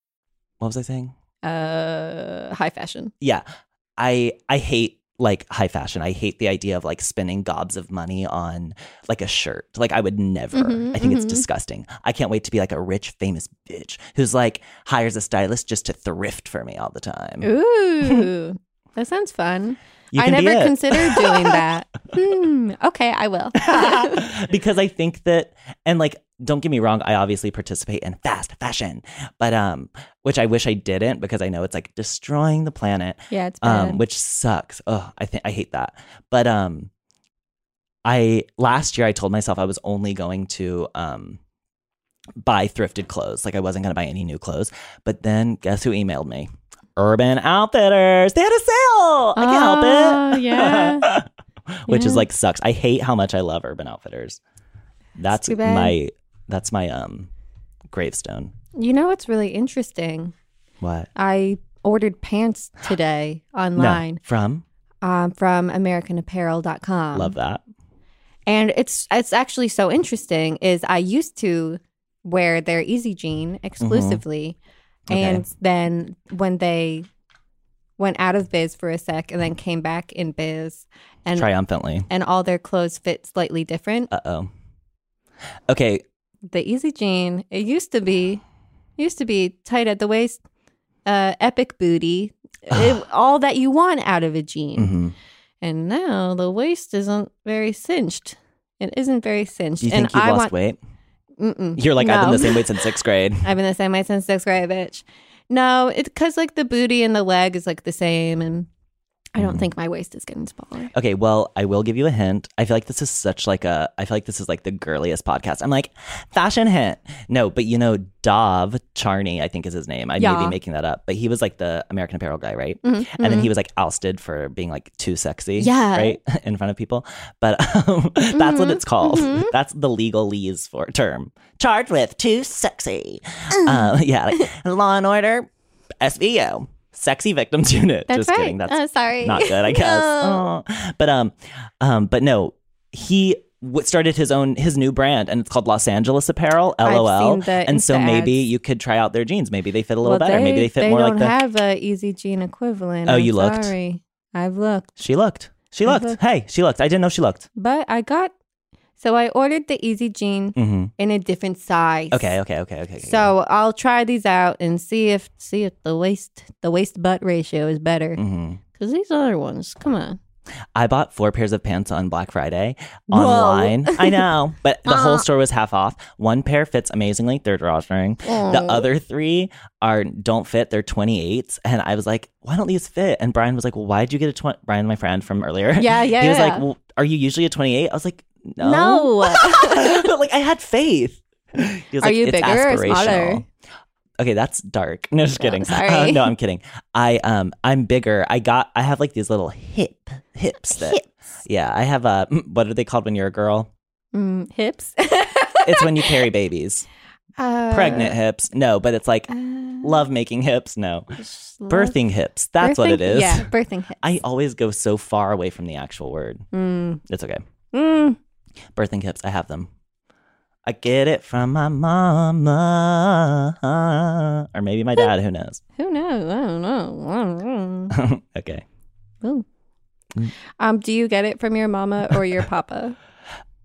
Speaker 2: what was I saying?
Speaker 1: uh, high fashion.
Speaker 2: Yeah, I I hate like high fashion. I hate the idea of like spending gobs of money on like a shirt. Like I would never.
Speaker 1: Mhm,
Speaker 2: I think it's
Speaker 1: mhm.
Speaker 2: disgusting. I can't wait to be like a rich famous bitch who's like hires a stylist just to thrift for me all the time. [laughs]
Speaker 1: Ooh, that sounds fun.
Speaker 2: You
Speaker 1: I
Speaker 2: can be
Speaker 1: never
Speaker 2: it. [laughs]
Speaker 1: considered doing that. Hmm, okay, I will.
Speaker 2: because I think that and like don't get me wrong, I obviously participate in fast fashion, but um which I wish I didn't because I know it's like destroying the planet.
Speaker 1: yeah, it's bad.
Speaker 2: um, which sucks. Oh, I think I hate that. But um, I last year I told myself I was only going to um buy thrifted clothes. Like I wasn't going to buy any new clothes. But then guess who emailed me?
Speaker 3: [laughs]
Speaker 2: Urban Outfitters. They had a sale. I can't help
Speaker 1: Oh,
Speaker 2: it.
Speaker 1: yeah.
Speaker 2: What [laughs] which is like sucks. I hate how much I love Urban Outfitters. That's
Speaker 1: too bad.
Speaker 2: my that's my um gravestone.
Speaker 1: You know what's really interesting?
Speaker 2: What?
Speaker 1: I ordered pants today online
Speaker 2: No. From?
Speaker 1: um, from AmericanApparel.com.
Speaker 2: Love that.
Speaker 1: And it's it's actually so interesting. Is I used to wear their Easy Jean
Speaker 3: Mm-hmm.
Speaker 1: exclusively,
Speaker 2: Okay.
Speaker 1: and then when they went out of biz for a sec, and then came back in biz, and
Speaker 2: Triumphantly.
Speaker 1: and all their clothes fit slightly different.
Speaker 2: Uh oh. Okay.
Speaker 1: the easy jean it used to be used to be tight at the waist uh epic booty it, all that you want out of a jean
Speaker 3: Mm.
Speaker 2: hmm
Speaker 1: and now the waist isn't very cinched it isn't very cinched
Speaker 2: Do you
Speaker 1: and
Speaker 2: think you've
Speaker 1: i
Speaker 2: lost
Speaker 1: want
Speaker 2: weight?
Speaker 1: Mm-mm.
Speaker 2: You're like, I've been
Speaker 1: No.
Speaker 2: the same weight since
Speaker 1: [laughs]
Speaker 2: sixth grade.
Speaker 1: i've been the same way since sixth grade bitch no it's because like the booty and the leg is like the same and i don't think my waist is getting smaller
Speaker 2: Okay, well, I will give you a hint. I feel like this is such like a I feel like this is like the girliest podcast. I'm like, fashion hint. No, but you know, Dov Charney, I think is his name. I may
Speaker 1: Yeah.
Speaker 2: be making that up, but he was like the American Apparel guy, right?
Speaker 1: Mhm,
Speaker 2: And then
Speaker 1: mhm.
Speaker 2: he was like ousted for being like too sexy,
Speaker 1: Yeah.
Speaker 2: right, [laughs] in front of people. But um, [laughs] that's what
Speaker 1: Mhm,
Speaker 2: it's called.
Speaker 1: mhm.
Speaker 2: [laughs] That's the legalese for term charged with too sexy.
Speaker 1: Mm.
Speaker 2: Uh, [laughs] yeah, like, Law and Order, SVO, sexy victims [laughs] unit.
Speaker 1: that's
Speaker 2: Just
Speaker 1: right
Speaker 2: kidding. That's
Speaker 1: oh, sorry
Speaker 2: not good,
Speaker 1: [laughs]
Speaker 2: I guess.
Speaker 1: No.
Speaker 2: Aw. But um, um, but no, he w- started his own his new brand, and it's called Los Angeles Apparel.
Speaker 1: I've
Speaker 2: LOL.
Speaker 1: seen the
Speaker 2: and so
Speaker 1: Insta
Speaker 2: maybe
Speaker 1: ads.
Speaker 2: you could try out their jeans. Maybe they fit a little better. maybe they fit more
Speaker 1: don't
Speaker 2: like the.
Speaker 1: have a easy gene equivalent.
Speaker 2: Oh,
Speaker 1: I'm
Speaker 2: you looked?
Speaker 1: Sorry, I've looked,
Speaker 2: she looked. She
Speaker 1: I
Speaker 2: looked.
Speaker 1: looked.
Speaker 2: Hey, she looked. I didn't know she looked.
Speaker 1: but I got. So I ordered the easy gene
Speaker 2: hmm
Speaker 1: in a different size.
Speaker 2: Okay. Okay. Okay. Okay. okay.
Speaker 1: So I'll try these out and see if see if the waist the waist butt ratio is
Speaker 2: [laughs]
Speaker 1: better
Speaker 2: Mhm.
Speaker 1: because these other ones, come on,
Speaker 2: I bought four pairs of pants on Black Friday online. I
Speaker 1: [laughs]
Speaker 2: know, but the
Speaker 1: Uh-huh.
Speaker 2: whole store was half off. One pair fits amazingly, they're drawstring. The other three are don't fit, they're 28s. And I was like, why don't these fit? And Brian was like, well, why'd you get a 20? Brian, my friend from earlier.
Speaker 1: Yeah, yeah,
Speaker 2: [laughs] He was like,
Speaker 1: yeah.
Speaker 2: well, are you usually a 28? I was like, no.
Speaker 1: No.
Speaker 2: [laughs] but like, I had faith. He was
Speaker 1: Are
Speaker 2: like,
Speaker 1: you
Speaker 2: it's
Speaker 1: bigger or smaller?
Speaker 2: aspirational. Okay, that's dark. No, just kidding.
Speaker 1: sorry.
Speaker 2: Uh, no, I'm kidding. I um, I'm bigger. I got. I have like these little hip hips that yeah, I have a. mm, What are they called when you're a girl?
Speaker 1: [laughs] Mm, hips. [laughs]
Speaker 2: It's when you carry babies.
Speaker 1: Uh,
Speaker 2: Pregnant hips. No, but it's like
Speaker 1: uh,
Speaker 2: love making hips. No, birthing hips. That's what
Speaker 1: birthing-
Speaker 2: it is.
Speaker 1: Yeah, birthing hips.
Speaker 2: I always go so far away from the actual word.
Speaker 1: Mm,
Speaker 2: It's okay.
Speaker 1: mm.
Speaker 2: Birthing hips. I have them. I get it from my mama, or maybe my dad. Who knows? [laughs]
Speaker 1: Who knows? I don't know. I don't know.
Speaker 2: okay.
Speaker 1: Ooh. Um, do you get it from your mama or
Speaker 2: [laughs]
Speaker 1: your papa?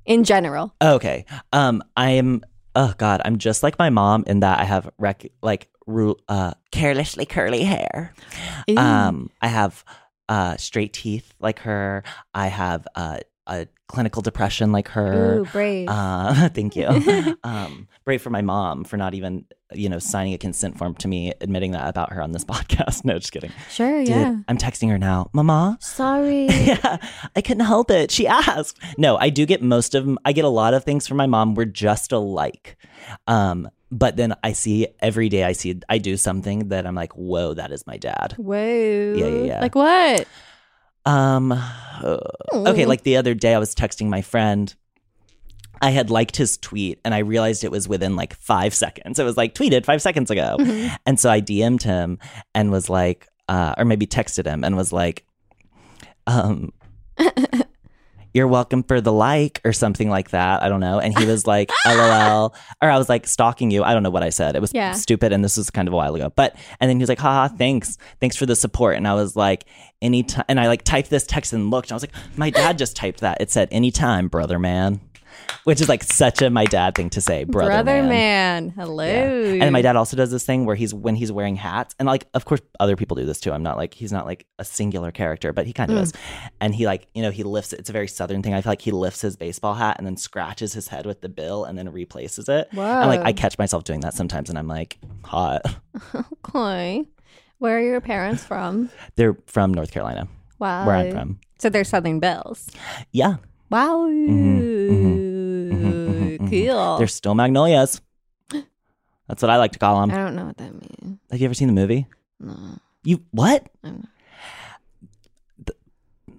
Speaker 1: In general.
Speaker 2: Okay. Um, I am. Oh God, I'm just like my mom in that I have rec- like ru- uh, carelessly curly hair.
Speaker 1: Ew.
Speaker 2: Um, I have uh, straight teeth like her. I have uh, a clinical depression like her.
Speaker 1: Ooh, brave.
Speaker 2: Uh, [laughs] thank you. um, brave for my mom for not even you know signing a consent form to me admitting that about her on this [laughs] podcast. No, just kidding.
Speaker 3: Oh,
Speaker 1: sure,
Speaker 2: Dude,
Speaker 1: yeah.
Speaker 2: I'm texting her now, Mama.
Speaker 1: [laughs]
Speaker 2: [laughs]
Speaker 3: Sorry.
Speaker 2: yeah, I couldn't help it. She asked. No, I do get most of them. I get a lot of things from my mom. We're just alike. Um, but then I see every day I see I do something that I'm like, whoa, that is my dad.
Speaker 1: Whoa.
Speaker 2: yeah, yeah.
Speaker 1: Like what?
Speaker 2: Um, [sighs] uh, okay, like the other day I was texting my friend. I had liked his tweet and I realized it was within like five seconds. It was like tweeted five seconds ago. And so I DM'd him and was like, uh, or maybe texted him and was like, um, you're welcome for the like or something like that. I don't know. And he was like, LOL. Or I was like, stalking you. I don't know what I said. It was
Speaker 1: Yeah.
Speaker 2: stupid. And this was kind of a while ago. But, and then he was like, haha, thanks. Thanks for the support. And I was like, anytime. And I like typed this text and looked. And I was like, my dad just typed that. It said, anytime, brother man. Which is like such a my dad thing to say, brother,
Speaker 1: man.
Speaker 2: man.
Speaker 1: Hello.
Speaker 2: Yeah. And then my dad also does this thing where he's when he's wearing hats, and like of course other people do this too. I'm not like he's not like a singular character, but he kind of is. And he like you know he lifts. It's a very southern thing. I feel like he lifts his baseball hat and then scratches his head with the bill and then replaces it. And like
Speaker 1: Whoa.
Speaker 2: I catch myself doing that sometimes, and I'm like hot. [laughs]
Speaker 1: Okay. Where are your parents from?
Speaker 2: They're from North Carolina,
Speaker 1: Wow.
Speaker 2: where I'm from.
Speaker 1: So they're Southern Bells.
Speaker 2: Yeah,
Speaker 1: Wow.
Speaker 2: Mm-hmm. mhm, mhm.
Speaker 1: Cool.
Speaker 2: they're still magnolias. That's what I like to call them.
Speaker 1: I don't know what that means.
Speaker 2: Have you ever seen the movie? No. You what?
Speaker 1: I don't know.
Speaker 2: Th-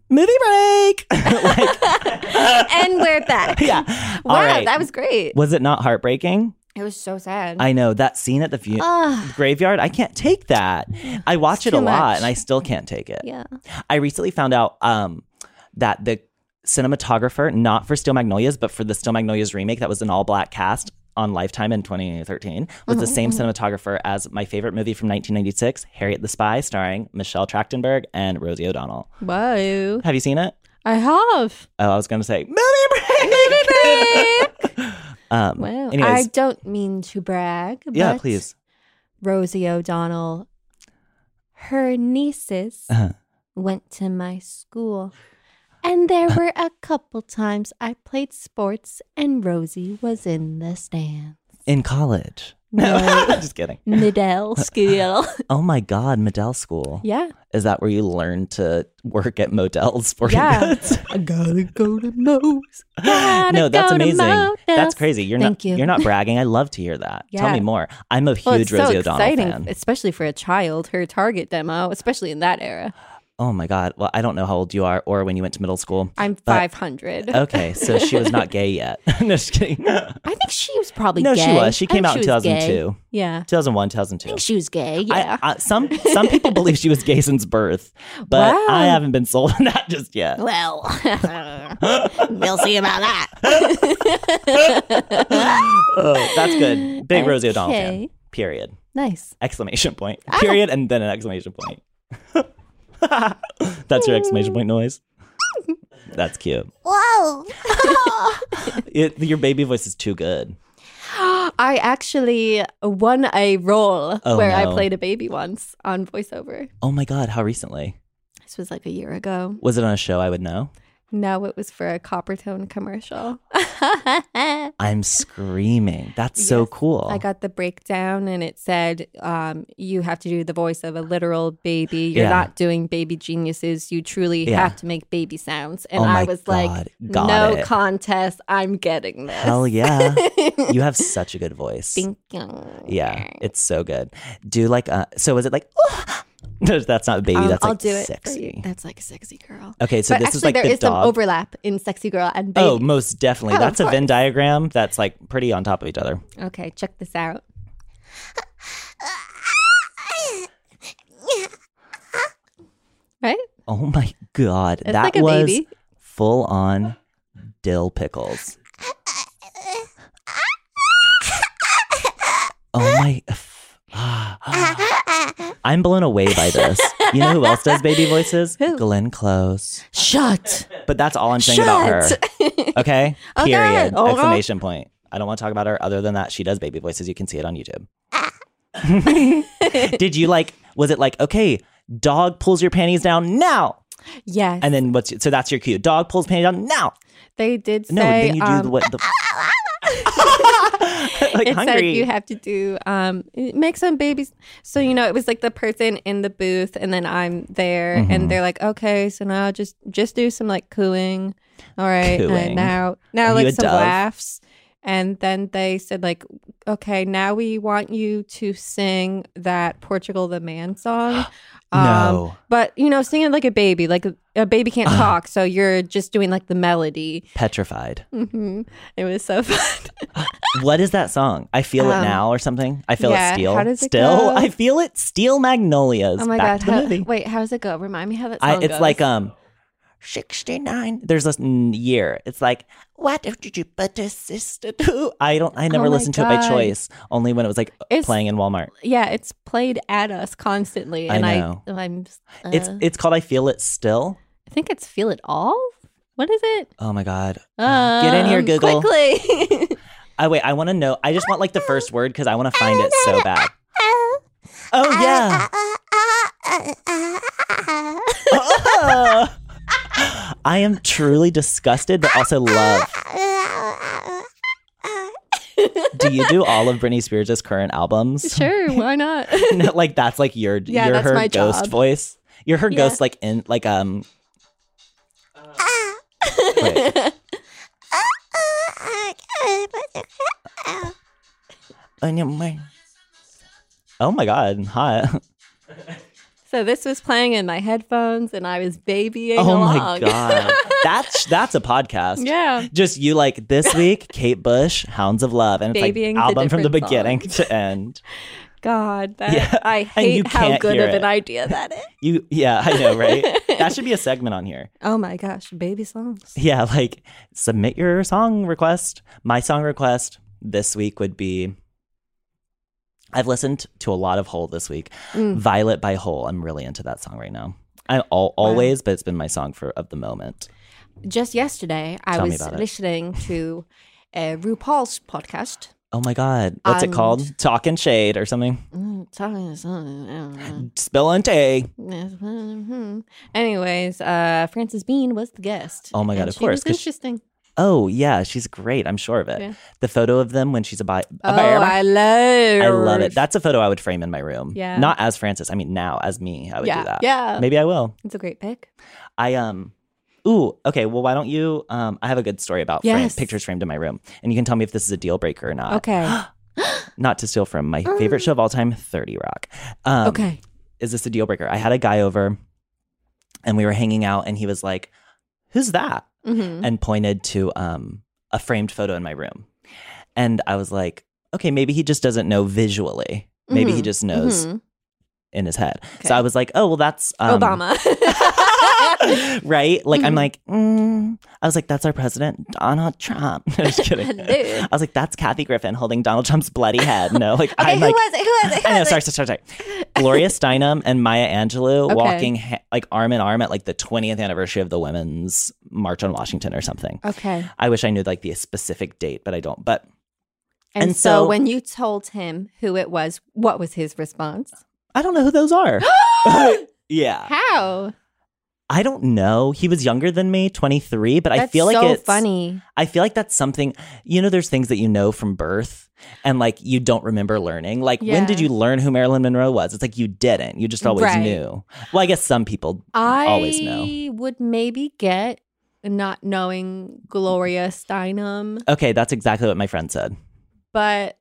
Speaker 2: movie break. [laughs] like,
Speaker 1: [laughs] and we're back.
Speaker 2: [laughs] yeah.
Speaker 1: Wow,
Speaker 2: All right.
Speaker 1: that was great.
Speaker 2: Was it not heartbreaking?
Speaker 1: It was so sad.
Speaker 2: I know that scene at the fu-
Speaker 1: Ugh.
Speaker 2: graveyard. I can't take that. I
Speaker 1: It's
Speaker 2: watch it a
Speaker 1: too
Speaker 2: lot
Speaker 1: much.
Speaker 2: and I still can't take it.
Speaker 1: yeah.
Speaker 2: I recently found out um, that the cinematographer, not for Steel Magnolias, but for the Steel Magnolias remake that was an all black cast on Lifetime in 2013, was the
Speaker 1: Oh.
Speaker 2: same cinematographer as my favorite movie from 1996, Harriet the Spy, starring Michelle Trachtenberg and Rosie O'Donnell.
Speaker 1: Whoa.
Speaker 2: Have you seen it?
Speaker 1: I have.
Speaker 2: Oh, I was going to say, movie break! Movie break! [laughs] um,
Speaker 1: Wow. I
Speaker 2: anyways,
Speaker 1: don't mean to brag.
Speaker 2: yeah,
Speaker 1: but
Speaker 2: please.
Speaker 1: Rosie O'Donnell, her nieces
Speaker 2: Uh-huh.
Speaker 1: went to my school. And there were a couple times I played sports and Rosie was in the stand.
Speaker 2: In college.
Speaker 1: No.
Speaker 2: [laughs] Just kidding.
Speaker 1: Middle [laughs] school.
Speaker 2: Oh my God, Medell School.
Speaker 1: yeah.
Speaker 2: Is that where you learn to work at Modell's sporting
Speaker 1: [laughs] Yeah.
Speaker 2: goods?
Speaker 1: I gotta go to Moe's.
Speaker 2: [laughs] no, that's amazing. That's crazy. You're
Speaker 1: Thank
Speaker 2: not
Speaker 1: you.
Speaker 2: you. are not bragging. I love to hear that. Tell
Speaker 1: Yeah.
Speaker 2: me more. I'm a huge
Speaker 1: Well, it's
Speaker 2: Rosie
Speaker 1: so
Speaker 2: O'Donnell
Speaker 1: exciting,
Speaker 2: fan.
Speaker 1: especially for a child, her target demo, especially in that era.
Speaker 2: Oh my god. Well, I don't know how old you are or when you went to middle school.
Speaker 1: I'm
Speaker 2: But- uh,
Speaker 1: 500.
Speaker 2: Okay, so she was not gay yet. [laughs] no,
Speaker 1: [laughs]
Speaker 2: just kidding.
Speaker 1: I think she was probably
Speaker 2: No,
Speaker 1: gay.
Speaker 2: she was.
Speaker 1: I
Speaker 2: She came
Speaker 1: think
Speaker 2: out in
Speaker 1: was gay.
Speaker 2: 2002.
Speaker 1: Yeah.
Speaker 2: 2001, 2002.
Speaker 1: I think she was gay. Yeah.
Speaker 2: I, I, some some people believe she was gay since birth, but
Speaker 1: Wow.
Speaker 2: I haven't been sold on that just
Speaker 1: [laughs]
Speaker 2: yet.
Speaker 3: Well, we'll see about that.
Speaker 2: Oh, that's
Speaker 1: [laughs]
Speaker 2: good. Big Rosie O'Donnell fan.
Speaker 1: Okay.
Speaker 2: Period.
Speaker 1: nice.
Speaker 2: exclamation point period and then an exclamation point [laughs] that's your exclamation
Speaker 1: [laughs]
Speaker 2: point noise that's cute
Speaker 3: Whoa.
Speaker 1: Oh. [sighs]
Speaker 2: it, your baby voice is too good
Speaker 1: [gasps] I actually won a role
Speaker 2: Oh,
Speaker 1: where I
Speaker 2: no.
Speaker 1: played a baby once on voiceover.
Speaker 2: oh my god how recently
Speaker 1: This was like a year ago.
Speaker 2: was it on a show i would know
Speaker 1: No, it was for a Coppertone commercial. [laughs]
Speaker 2: i'm screaming that's so
Speaker 1: Yes.
Speaker 2: cool
Speaker 1: I got the breakdown and it said um, you have to do the voice of a literal baby. You're
Speaker 2: Yeah.
Speaker 1: not doing baby geniuses. You truly
Speaker 2: Yeah.
Speaker 1: have to make baby sounds. And
Speaker 2: Oh
Speaker 1: I
Speaker 2: my
Speaker 1: was
Speaker 2: God,
Speaker 1: like,
Speaker 2: got
Speaker 1: no
Speaker 2: it."
Speaker 1: contest. I'm getting this.
Speaker 2: hell
Speaker 1: [laughs]
Speaker 2: yeah you have such a good voice yeah it's so good do like uh so was it like [laughs] No, that's not a baby
Speaker 1: I'll,
Speaker 2: that's
Speaker 1: Um, I'll do
Speaker 2: like
Speaker 1: it. for you.
Speaker 2: sexy
Speaker 1: That's like sexy girl.
Speaker 2: okay so
Speaker 1: but
Speaker 2: this
Speaker 1: actually,
Speaker 2: is like
Speaker 1: there
Speaker 2: the
Speaker 1: is
Speaker 2: dog
Speaker 1: some overlap in sexy girl and baby.
Speaker 2: Oh, most definitely.
Speaker 1: Oh,
Speaker 2: that's
Speaker 1: of
Speaker 2: a Venn
Speaker 1: course.
Speaker 2: diagram that's like pretty on top of each other.
Speaker 1: okay, check this
Speaker 2: [laughs]
Speaker 1: out. Right?
Speaker 2: Oh my god,
Speaker 1: It's
Speaker 2: that
Speaker 1: like a
Speaker 2: was
Speaker 1: baby.
Speaker 2: full on dill pickles. oh my. f- ah. I'm blown away by this. You know who else does baby
Speaker 1: [laughs]
Speaker 2: voices? Glenn Close.
Speaker 1: Shut.
Speaker 2: But that's all I'm saying about
Speaker 1: [laughs]
Speaker 2: her. Okay?
Speaker 1: Okay.
Speaker 2: Period.
Speaker 1: Okay.
Speaker 2: Exclamation point. I don't want to talk about her other than that. She does baby voices. You can see it on YouTube. Did you like, was it like, okay, dog pulls your panties down now?
Speaker 1: Yes.
Speaker 2: And then what's, so that's your cue. Dog pulls panties down now.
Speaker 1: they did say
Speaker 2: No, then you do
Speaker 1: um,
Speaker 2: the,
Speaker 1: [laughs]
Speaker 2: what the, [laughs] like
Speaker 1: it
Speaker 2: hungry.
Speaker 1: said you have to do um make some babies so you know it was like the person in the booth and then i'm there
Speaker 2: Mm-hmm.
Speaker 1: and they're like okay so now just just do some like cooing all right
Speaker 2: Cooing.
Speaker 1: and now
Speaker 2: Are
Speaker 1: now
Speaker 2: you a
Speaker 1: like some
Speaker 2: dove?
Speaker 1: laughs and then they said like okay now we want you to sing that portugal the man song
Speaker 2: [gasps]
Speaker 1: Um,
Speaker 2: No.
Speaker 1: but you know sing it like a baby like a baby
Speaker 2: [sighs]
Speaker 1: can't talk so you're just doing like the melody
Speaker 2: Petrified.
Speaker 1: hmm it was so [laughs] fun
Speaker 2: What is that song? I feel it
Speaker 1: Um,
Speaker 2: now or something. I feel
Speaker 1: yeah,
Speaker 2: it steel.
Speaker 1: how does it
Speaker 2: Still,
Speaker 1: go?
Speaker 2: I feel it steel magnolias.
Speaker 1: Oh my god!
Speaker 2: Back to the
Speaker 1: how-
Speaker 2: movie.
Speaker 1: Wait, how does it go? Remind me how that song
Speaker 2: I, it's
Speaker 1: goes.
Speaker 2: like um, sixty nine. There's this n- year. It's like what did you put a sister do? I don't. I never
Speaker 1: Oh my
Speaker 2: listened to it by
Speaker 1: God.
Speaker 2: choice. Only when it was like
Speaker 1: It's-
Speaker 2: playing in Walmart.
Speaker 1: yeah, it's played at us constantly,
Speaker 2: I
Speaker 1: and I,
Speaker 2: know.
Speaker 1: I am
Speaker 2: it's
Speaker 1: Uh-huh.
Speaker 2: it's called I feel it still.
Speaker 1: I think it's feel it all. What is it?
Speaker 2: Oh my god. Uh, Get in here,
Speaker 1: Um,
Speaker 2: Google.
Speaker 1: Quickly. [laughs]
Speaker 2: [laughs] I wait. I want to know. I just want like the first word because I want to find it so
Speaker 1: [laughs]
Speaker 2: bad. Oh yeah. [laughs] Oh. I am truly disgusted, but also love. Do you do all of Britney Spears' current albums?
Speaker 1: sure, why not?
Speaker 2: [laughs] No, like that's like your
Speaker 1: Yeah,
Speaker 2: you're
Speaker 1: that's
Speaker 2: her
Speaker 1: my
Speaker 2: ghost
Speaker 1: job.
Speaker 2: voice. You're her
Speaker 1: Yeah.
Speaker 2: ghost like in like um wait. [laughs] Oh my god, hot.
Speaker 1: [laughs] So this was playing in my headphones, and I was babying
Speaker 2: oh
Speaker 1: along. [laughs]
Speaker 2: my god, that's that's a podcast.
Speaker 1: yeah.
Speaker 2: Just you like this week, Kate Bush, Hounds of Love, and it's
Speaker 1: Babying the
Speaker 2: like album from the
Speaker 1: different
Speaker 2: beginning
Speaker 1: songs.
Speaker 2: to end.
Speaker 1: God, that,
Speaker 2: Yeah,
Speaker 1: I
Speaker 2: and you
Speaker 1: hate how
Speaker 2: can't
Speaker 1: good
Speaker 2: hear
Speaker 1: of an
Speaker 2: it.
Speaker 1: idea that
Speaker 2: [laughs]
Speaker 1: is.
Speaker 2: You, yeah, I know,
Speaker 1: [laughs]
Speaker 2: right? that should be a segment on here.
Speaker 1: Oh my gosh, baby songs.
Speaker 2: Yeah, like submit your song request. My song request this week would be. I've listened to a lot of Hole this week.
Speaker 1: Mm.
Speaker 2: Violet by Hole. I'm really into that song right now. I'm all, always, but it's been my song for of the moment.
Speaker 1: Just yesterday, I
Speaker 2: Tell me
Speaker 1: was
Speaker 2: about it.
Speaker 1: listening to uh, RuPaul's podcast.
Speaker 2: Oh my god, what's it called?
Speaker 1: And-
Speaker 2: Talk and shade or something?
Speaker 1: Mm, talking to someone, I don't know.
Speaker 2: Spill and tea.
Speaker 1: Yes, mhm. Anyways, uh, Frances Bean was the guest.
Speaker 2: Oh my God,
Speaker 1: and
Speaker 2: of
Speaker 1: she
Speaker 2: course,
Speaker 1: was
Speaker 2: 'cause she-
Speaker 1: interesting.
Speaker 2: Oh yeah, she's great. I'm sure of it.
Speaker 1: Yeah.
Speaker 2: The photo of them when she's a, bi- a
Speaker 1: Oh,
Speaker 2: bear.
Speaker 1: I love.
Speaker 2: I love it. That's a photo I would frame in my room.
Speaker 1: Yeah.
Speaker 2: Not as Francis. I mean, now as me, I would
Speaker 1: yeah,
Speaker 2: do that.
Speaker 1: yeah.
Speaker 2: Maybe I will.
Speaker 1: It's a great pick.
Speaker 2: I um. Ooh. Okay. Well, why don't you? Um. I have a good story about frame-
Speaker 1: Yes.
Speaker 2: pictures framed in my room, and you can tell me if this is a deal breaker or not.
Speaker 1: Okay, Um.
Speaker 2: Not to steal from my favorite show of all time, Thirty Rock. Um,
Speaker 1: okay.
Speaker 2: Is this a deal breaker? I had a guy over, and we were hanging out, and he was like, "Who's that?"
Speaker 1: hmm
Speaker 2: and pointed to um, a framed photo in my room. And I was like, okay, maybe he just doesn't know visually. Maybe he
Speaker 1: Mhm.
Speaker 2: just knows
Speaker 1: Mhm.
Speaker 2: in his head.
Speaker 1: Okay.
Speaker 2: So I was like, oh, well, that's um,
Speaker 1: Obama.
Speaker 2: [laughs] right? Like, I'm
Speaker 1: Mhm.
Speaker 2: like, mm. I was like, that's our president, Donald Trump. [laughs] I'm
Speaker 1: [laughs]
Speaker 2: just kidding.
Speaker 1: Hello.
Speaker 2: I was like, that's Kathy Griffin holding Donald Trump's bloody head. No, like,
Speaker 1: [laughs] Okay,
Speaker 2: [laughs] I'm
Speaker 1: who
Speaker 2: like,
Speaker 1: was it? Who was it? Who
Speaker 2: I know.
Speaker 1: was
Speaker 2: Sorry,
Speaker 1: it?
Speaker 2: sorry, sorry. sorry. Gloria Steinem and Maya
Speaker 1: [laughs]
Speaker 2: Angelou
Speaker 1: Okay.
Speaker 2: walking ha- like arm in arm at like the 20th anniversary of the Women's March on Washington or something.
Speaker 1: Okay.
Speaker 2: I wish I knew like the specific date, but I don't. But
Speaker 1: And,
Speaker 2: And
Speaker 1: so,
Speaker 2: so-
Speaker 1: when you told him who it was, what was his response?
Speaker 2: I don't know who
Speaker 1: [gasps]
Speaker 2: those are. [laughs] yeah.
Speaker 1: How?
Speaker 2: I don't know. He was younger than me, 23, but I
Speaker 1: That's
Speaker 2: feel like
Speaker 1: so
Speaker 2: it's
Speaker 1: funny.
Speaker 2: I feel like that's something, you know, there's things that you know from birth and like you don't remember learning. Like,
Speaker 1: Yeah.
Speaker 2: when did you learn who Marilyn Monroe was? It's like you didn't. You just always
Speaker 1: Right.
Speaker 2: knew. Well, I guess some people
Speaker 1: I
Speaker 2: always know.
Speaker 1: would maybe get not knowing Gloria Steinem,
Speaker 2: Okay, that's exactly what my friend said.
Speaker 1: but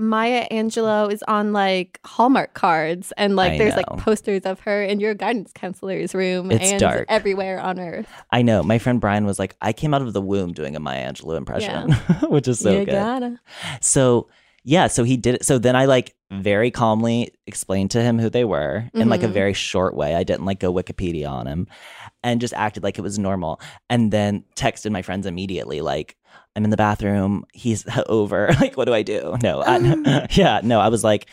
Speaker 1: Maya Angelou is on like Hallmark cards and like
Speaker 2: I
Speaker 1: there's
Speaker 2: know.
Speaker 1: like posters of her in your guidance counselor's room
Speaker 2: It's
Speaker 1: and
Speaker 2: dark.
Speaker 1: everywhere on earth.
Speaker 2: I know. My friend Brian was like, I came out of the womb doing a Maya Angelou impression, [laughs] which is [laughs] so
Speaker 1: you
Speaker 2: good.
Speaker 1: gotta.
Speaker 2: So yeah, so he did it. So then I like very calmly explained to him who they were in like a
Speaker 1: Mhm.
Speaker 2: very short way. I didn't like go Wikipedia on him and just acted like it was normal. And then texted my friends immediately, like, I'm in the bathroom. He's [laughs] over. Like, what do I do? No. I, [laughs] yeah, no. I was like,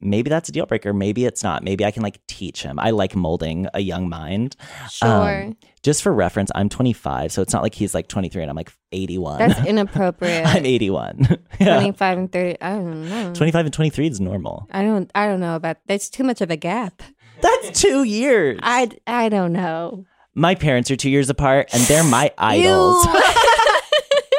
Speaker 2: maybe that's a deal breaker. Maybe it's not. Maybe I can like teach him. I like molding a young mind. Um, [laughs]
Speaker 1: Sure.
Speaker 2: just for reference, I'm 25. So it's not like he's like 23 and I'm like 81. [laughs]
Speaker 1: That's inappropriate.
Speaker 2: I'm 81. [laughs] Yeah.
Speaker 1: 25 and 30 i don't know
Speaker 2: 25 and 23 is normal.
Speaker 1: i don't i don't know about that's too much of a gap
Speaker 2: That's two years.
Speaker 1: i i don't know
Speaker 2: my parents are two years apart, and they're
Speaker 1: [laughs]
Speaker 2: my idols. [laughs]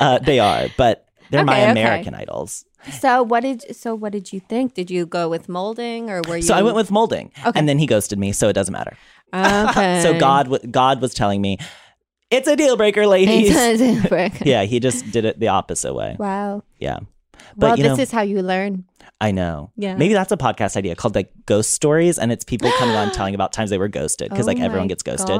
Speaker 2: Uh, they are, but they're my
Speaker 1: Okay, okay.
Speaker 2: American idols.
Speaker 1: so what did so what did you think did you go with molding or were you
Speaker 2: So I went with [laughs] molding,
Speaker 1: Okay.
Speaker 2: and then he ghosted me, so it doesn't matter.
Speaker 1: okay [laughs]
Speaker 2: So God, w- God was telling me, it's a deal breaker, ladies.
Speaker 1: [laughs] yeah
Speaker 2: [laughs] yeah, he just did it the opposite way.
Speaker 1: wow
Speaker 2: Yeah, but
Speaker 1: well
Speaker 2: you
Speaker 1: this
Speaker 2: know,
Speaker 1: is how you learn
Speaker 2: I know.
Speaker 1: Yeah.
Speaker 2: maybe that's a podcast idea called like ghost stories, and it's people
Speaker 1: [gasps]
Speaker 2: coming on telling about times they were ghosted because like
Speaker 1: Oh
Speaker 2: everyone
Speaker 1: my
Speaker 2: gets ghosted.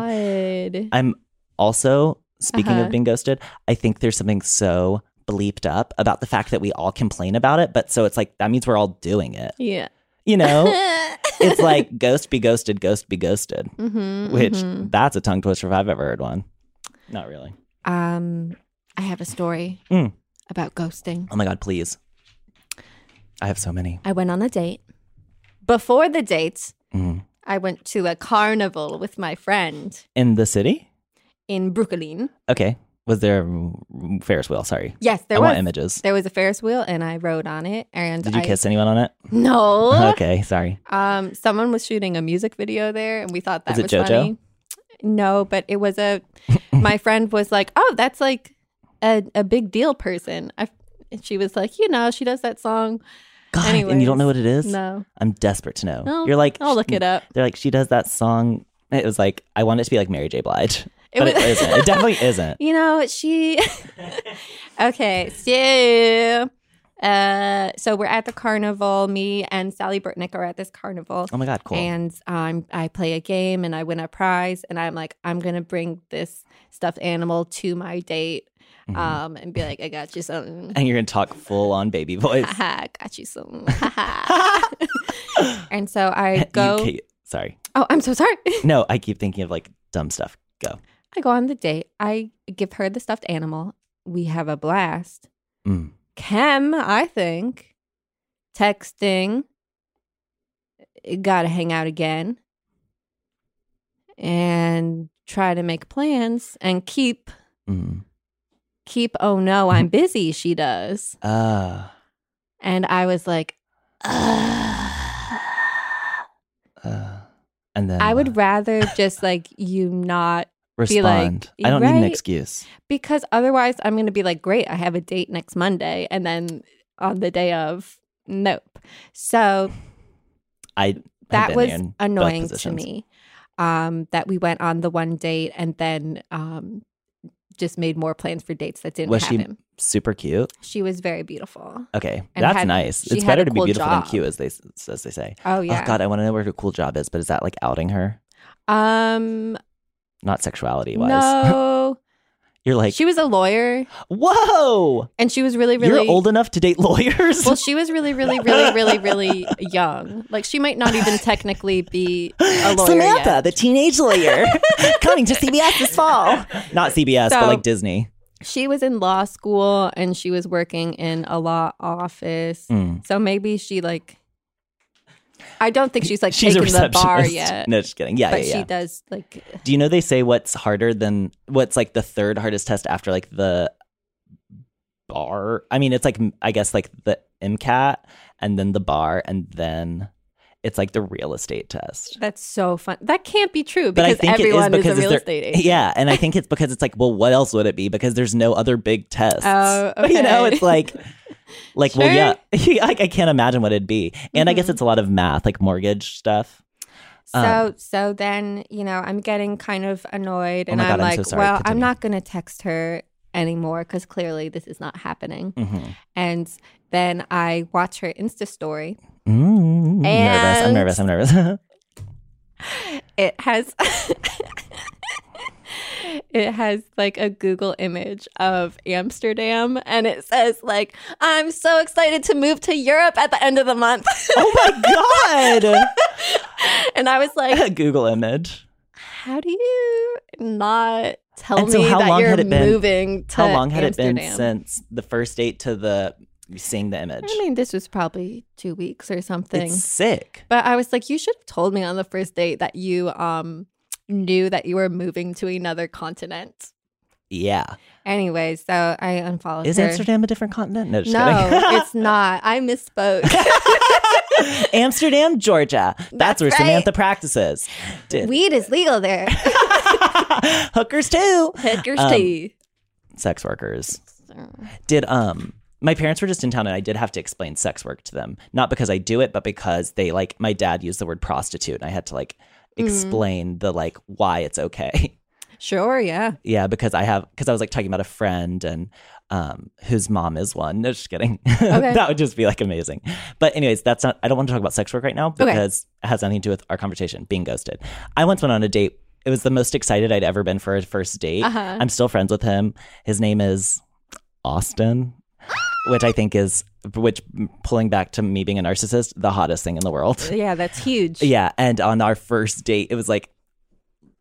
Speaker 1: God.
Speaker 2: I'm also speaking
Speaker 1: Uh-huh.
Speaker 2: of being ghosted. I think there's something so bleeped up about the fact that we all complain about it, but so it's like that means we're all doing it.
Speaker 1: yeah
Speaker 2: You know,
Speaker 1: [laughs] mm-hmm,
Speaker 2: it's like ghost be ghosted, ghost be ghosted, which
Speaker 1: mhm.
Speaker 2: that's a tongue twister if I've ever heard one. Not really.
Speaker 1: um i have a story
Speaker 2: Mm.
Speaker 1: about ghosting
Speaker 2: Oh my god, please. I have so many.
Speaker 1: i went on a date before the date
Speaker 2: Mm.
Speaker 1: I went to a carnival with my friend
Speaker 2: In the city?
Speaker 1: in Brooklyn.
Speaker 2: Okay. Was there a mm, Ferris wheel? Sorry.
Speaker 1: Yes, there
Speaker 2: I
Speaker 1: was.
Speaker 2: want images.
Speaker 1: There was a Ferris wheel, and I rode on it. And
Speaker 2: Did you
Speaker 1: I-
Speaker 2: kiss anyone on it?
Speaker 1: No.
Speaker 2: [laughs] Okay, sorry.
Speaker 1: Um, someone was shooting a music video there, and we thought that
Speaker 2: Was
Speaker 1: was
Speaker 2: it JoJo?
Speaker 1: funny. No, but it was
Speaker 2: [laughs]
Speaker 1: a. my friend was like, "Oh, that's like a, a big deal person." I, and she was like, "You know, she does that song."
Speaker 2: God, and you don't know
Speaker 1: Anyways,
Speaker 2: what it is?
Speaker 1: No,
Speaker 2: I'm desperate to know.
Speaker 1: No,
Speaker 2: You're like, "Hmm."
Speaker 1: I'll look
Speaker 2: "Sh-
Speaker 1: it up.
Speaker 2: They're like, she does that song. It was like, I want it to be like Mary J. Blige,
Speaker 1: It
Speaker 2: [laughs] but
Speaker 1: was-
Speaker 2: it isn't.
Speaker 1: [laughs]
Speaker 2: It definitely isn't.
Speaker 1: You know, she. okay, so Uh, so we're at the carnival. Me and Sally Burtnick are at this carnival.
Speaker 2: Oh my god, cool.
Speaker 1: And um, I play a game and I win a prize. And I'm like, I'm going to bring this stuffed animal to my date
Speaker 2: Mhm.
Speaker 1: um, and be like, I got you
Speaker 2: [laughs]
Speaker 1: something.
Speaker 2: and you're gonna talk full on
Speaker 1: [laughs]
Speaker 2: baby voice.
Speaker 1: Haha, got you something.
Speaker 2: [laughs]
Speaker 1: Haha. [laughs] and so I
Speaker 2: You
Speaker 1: go.
Speaker 2: ca- sorry.
Speaker 1: Oh, I'm so sorry. [laughs]
Speaker 2: No, I keep thinking of like dumb stuff. Go.
Speaker 1: I go on the date. I give her the stuffed animal. We have a blast.
Speaker 2: Mm.
Speaker 1: Chem, I think. Texting. Gotta hang out again. And try to make plans and keep
Speaker 2: Mm.
Speaker 1: keep oh no, I'm busy, she does.
Speaker 2: Uh,
Speaker 1: And I was like,
Speaker 2: uh, and then
Speaker 1: I
Speaker 2: uh,
Speaker 1: would rather just like you not be like,
Speaker 2: respond. I don't need an
Speaker 1: right?
Speaker 2: excuse.
Speaker 1: because otherwise I'm going to be like, great, I have a date next Monday. And then on the day of, nope. So
Speaker 2: I have
Speaker 1: that
Speaker 2: been
Speaker 1: was
Speaker 2: there in both
Speaker 1: annoying to
Speaker 2: positions.
Speaker 1: me um, that we went on the one date and then um, just made more plans for dates that didn't
Speaker 2: Was she
Speaker 1: happen.
Speaker 2: super cute?
Speaker 1: She, was very beautiful.
Speaker 2: Okay,
Speaker 1: And
Speaker 2: that's
Speaker 1: had-
Speaker 2: nice.
Speaker 1: she
Speaker 2: It's
Speaker 1: had
Speaker 2: better
Speaker 1: a
Speaker 2: to
Speaker 1: cool
Speaker 2: be beautiful
Speaker 1: job.
Speaker 2: than cute, as they s- as they say.
Speaker 1: Oh yeah.
Speaker 2: Oh God, I want to know what her cool job is, but is that like outing her?
Speaker 1: Um
Speaker 2: Not sexuality wise.
Speaker 1: no.
Speaker 2: You're [laughs] like,
Speaker 1: she was a lawyer
Speaker 2: whoa,
Speaker 1: and she was really really
Speaker 2: you're old enough to date lawyers.
Speaker 1: Well, she was really, really,
Speaker 2: [laughs]
Speaker 1: really, really, really young. Like she might not even technically be
Speaker 2: [gasps]
Speaker 1: a lawyer
Speaker 2: Samantha,
Speaker 1: yet.
Speaker 2: the teenage
Speaker 1: [laughs]
Speaker 2: lawyer, coming to CBS this fall. Not CBS,
Speaker 1: So-
Speaker 2: but like Disney.
Speaker 1: She was in law school and she was working in a law office.
Speaker 2: Mm.
Speaker 1: So maybe she like I don't think she's like
Speaker 2: She's a
Speaker 1: taking the
Speaker 2: receptionist.
Speaker 1: bar
Speaker 2: [laughs]
Speaker 1: yet.
Speaker 2: No, just kidding. Yeah,
Speaker 1: but
Speaker 2: yeah,
Speaker 1: she
Speaker 2: yeah.
Speaker 1: does like
Speaker 2: Do you know they say what's harder than what's like the third hardest test after like the bar? I mean, it's like I guess like the MCAT and then the bar and then it's like the real estate test.
Speaker 1: that's so fun. That can't be true
Speaker 2: But I
Speaker 1: because
Speaker 2: think
Speaker 1: everyone
Speaker 2: it is because
Speaker 1: a real
Speaker 2: there,
Speaker 1: estate agent.
Speaker 2: yeah, and I think it's because it's like, well, what else would it be? Because there's no other big tests.
Speaker 1: Oh,
Speaker 2: [laughs] You know,
Speaker 1: okay. [laughs]
Speaker 2: it's like, like, well, [laughs] yeah, like I can't imagine what it'd be. And I guess
Speaker 1: Mhm.
Speaker 2: it's a lot of math, like mortgage stuff.
Speaker 1: So
Speaker 2: Um,
Speaker 1: so then you know I'm getting kind of annoyed,
Speaker 2: Oh
Speaker 1: and
Speaker 2: my
Speaker 1: I'm
Speaker 2: God, I'm
Speaker 1: like,
Speaker 2: so sorry.
Speaker 1: well, I'm
Speaker 2: Continue.
Speaker 1: not going to text her anymore because clearly this is not happening.
Speaker 2: Mm-hmm.
Speaker 1: And then I watch her Insta story.
Speaker 2: Mm, nervous. I'm
Speaker 1: And-
Speaker 2: nervous. I'm nervous. [laughs]
Speaker 1: It has. [laughs] It has like a Google image of Amsterdam and it says like I'm so excited to move to Europe at the end of the month. [laughs]
Speaker 2: oh [laughs] my
Speaker 1: and I was like,
Speaker 2: god! Google image.
Speaker 1: how do you not tell
Speaker 2: And
Speaker 1: me
Speaker 2: so how
Speaker 1: that
Speaker 2: long
Speaker 1: you're
Speaker 2: had it been-
Speaker 1: moving to
Speaker 2: How long had it been
Speaker 1: Amsterdam?
Speaker 2: since the first date to the seeing the image?
Speaker 1: I mean, this was probably two weeks or something.
Speaker 2: It's sick.
Speaker 1: but I was like, you should have told me on the first date that you um knew that you were moving to another continent.
Speaker 2: Yeah.
Speaker 1: Anyway, so I unfollowed
Speaker 2: Is
Speaker 1: her.
Speaker 2: Amsterdam a different continent? No, just
Speaker 1: No,
Speaker 2: kidding. [laughs]
Speaker 1: it's not. I misspoke.
Speaker 2: Amsterdam, Georgia. That's,
Speaker 1: That's
Speaker 2: where
Speaker 1: right.
Speaker 2: Samantha practices. Did-
Speaker 1: Weed is legal there.
Speaker 2: [laughs] Hookers too.
Speaker 1: Hookers
Speaker 2: Um,
Speaker 1: tea.
Speaker 2: Sex workers. Did um my parents were just in town and I did have to explain sex work to them. Not because I do it, but because they like my dad used the word prostitute and I had to like
Speaker 1: Mm-hmm.
Speaker 2: explain the like why it's okay. [laughs]
Speaker 1: Sure, yeah.
Speaker 2: yeah, because I have because I was like talking about a friend and um whose mom is one. No, just kidding. [laughs] that would just be like amazing. But anyways, that's not I don't want to talk about sex work right now
Speaker 1: Okay.
Speaker 2: because it has nothing to do with our conversation, being ghosted. I once went on a date. It was the most excited I'd ever been for a first date.
Speaker 1: Uh-huh.
Speaker 2: I'm still friends with him. His name is Austin, which I think is which pulling back to me being a narcissist, the hottest thing in the world.
Speaker 1: Yeah, that's huge.
Speaker 2: Yeah, and on our first date, it was like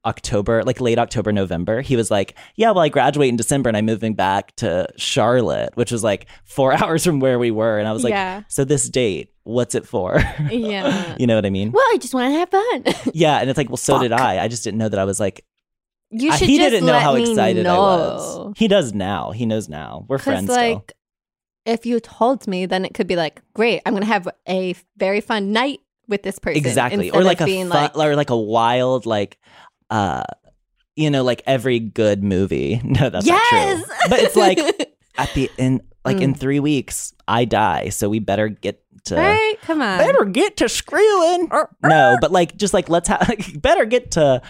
Speaker 2: October, like late October, November. He was like, "Yeah, well, I graduate in December, and I'm moving back to Charlotte, which was like four [laughs] hours from where we were." And I was like,
Speaker 1: Yeah.
Speaker 2: "So this date, what's it for?"
Speaker 1: Yeah.
Speaker 2: [laughs] you know what I mean?
Speaker 1: Well, I just want to have fun. [laughs]
Speaker 2: Yeah, and it's like, well, so did I. I just didn't know that I was like.
Speaker 1: you
Speaker 2: I-
Speaker 1: should
Speaker 2: he
Speaker 1: just
Speaker 2: didn't know
Speaker 1: let
Speaker 2: how
Speaker 1: me
Speaker 2: excited I
Speaker 1: know.
Speaker 2: was. He does now. He knows now. We're
Speaker 1: Because
Speaker 2: friends still.
Speaker 1: like, if you told me, then it could be like, great, I'm gonna have a very fun night with this person.
Speaker 2: exactly
Speaker 1: instead
Speaker 2: or
Speaker 1: of
Speaker 2: like a
Speaker 1: being
Speaker 2: fu-
Speaker 1: like,
Speaker 2: or like a wild like uh you know like every good movie [laughs] no that's
Speaker 1: yes, Mm.
Speaker 2: not true but
Speaker 1: [laughs]
Speaker 2: it's like at the in like in three weeks i die so we better get to
Speaker 1: right, Uh, come on,
Speaker 2: uh, better get to screwing no but like just like let's [laughs] have uh, [laughs]
Speaker 1: [laughs]
Speaker 2: better get to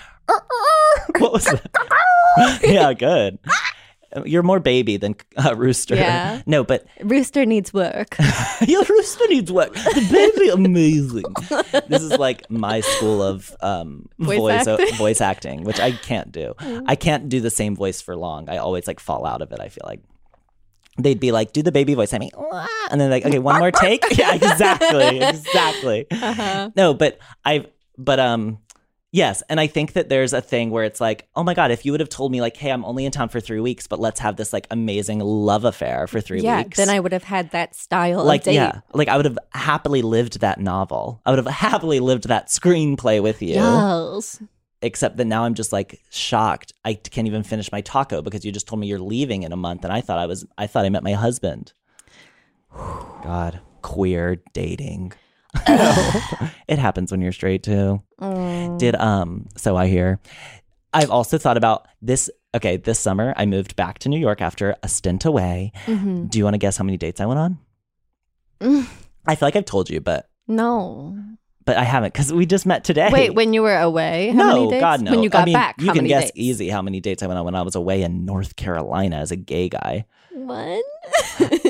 Speaker 2: what was that yeah good You're more baby than uh, rooster.
Speaker 1: Yeah.
Speaker 2: No, but
Speaker 1: Rooster needs work.
Speaker 2: [laughs] your rooster needs work. The baby amazing. this is like my school of um,
Speaker 1: Voice
Speaker 2: voice voice
Speaker 1: acting. Mm.
Speaker 2: acting. which I can't do. I can't do the same voice for long. I always like fall out of it. I feel like they'd be like, "Do the baby voice," I mean, "Wah," and then like, "Okay,
Speaker 1: [laughs]
Speaker 2: one more take." [laughs] Yeah, exactly, exactly.
Speaker 1: Uh-huh.
Speaker 2: No, but I've but um yes, and I think that there's a thing where it's like, oh my god, if you would have told me like, hey, I'm only in town for three weeks, but let's have this like amazing love affair for three
Speaker 1: yeah,
Speaker 2: weeks.
Speaker 1: then I would have had that style
Speaker 2: like
Speaker 1: of date.
Speaker 2: yeah, like I would have happily lived that novel. I would have [laughs] happily lived that screenplay with you.
Speaker 1: Yes.
Speaker 2: Except that now I'm just like shocked. I can't even finish my taco because you just told me you're leaving in a month, and I thought I was. I thought I met my husband. [sighs] God, queer dating. [laughs] it happens when you're straight too.
Speaker 1: Mm.
Speaker 2: Did um so I hear. I've also thought about this okay, this summer I moved back to New York after a stint away.
Speaker 1: Mhm.
Speaker 2: Do you want to guess how many dates I went on?
Speaker 1: Mm.
Speaker 2: I feel like I've told you, but
Speaker 1: No.
Speaker 2: but I haven't because we just met [laughs] today.
Speaker 1: Wait, when you were away, how
Speaker 2: no,
Speaker 1: many dates?
Speaker 2: God, no.
Speaker 1: When you
Speaker 2: I
Speaker 1: got
Speaker 2: mean,
Speaker 1: back,
Speaker 2: you
Speaker 1: how
Speaker 2: can
Speaker 1: many
Speaker 2: guess e-
Speaker 1: dates?
Speaker 2: easy how many dates I went on when I was away in North Carolina as a gay guy.
Speaker 1: One.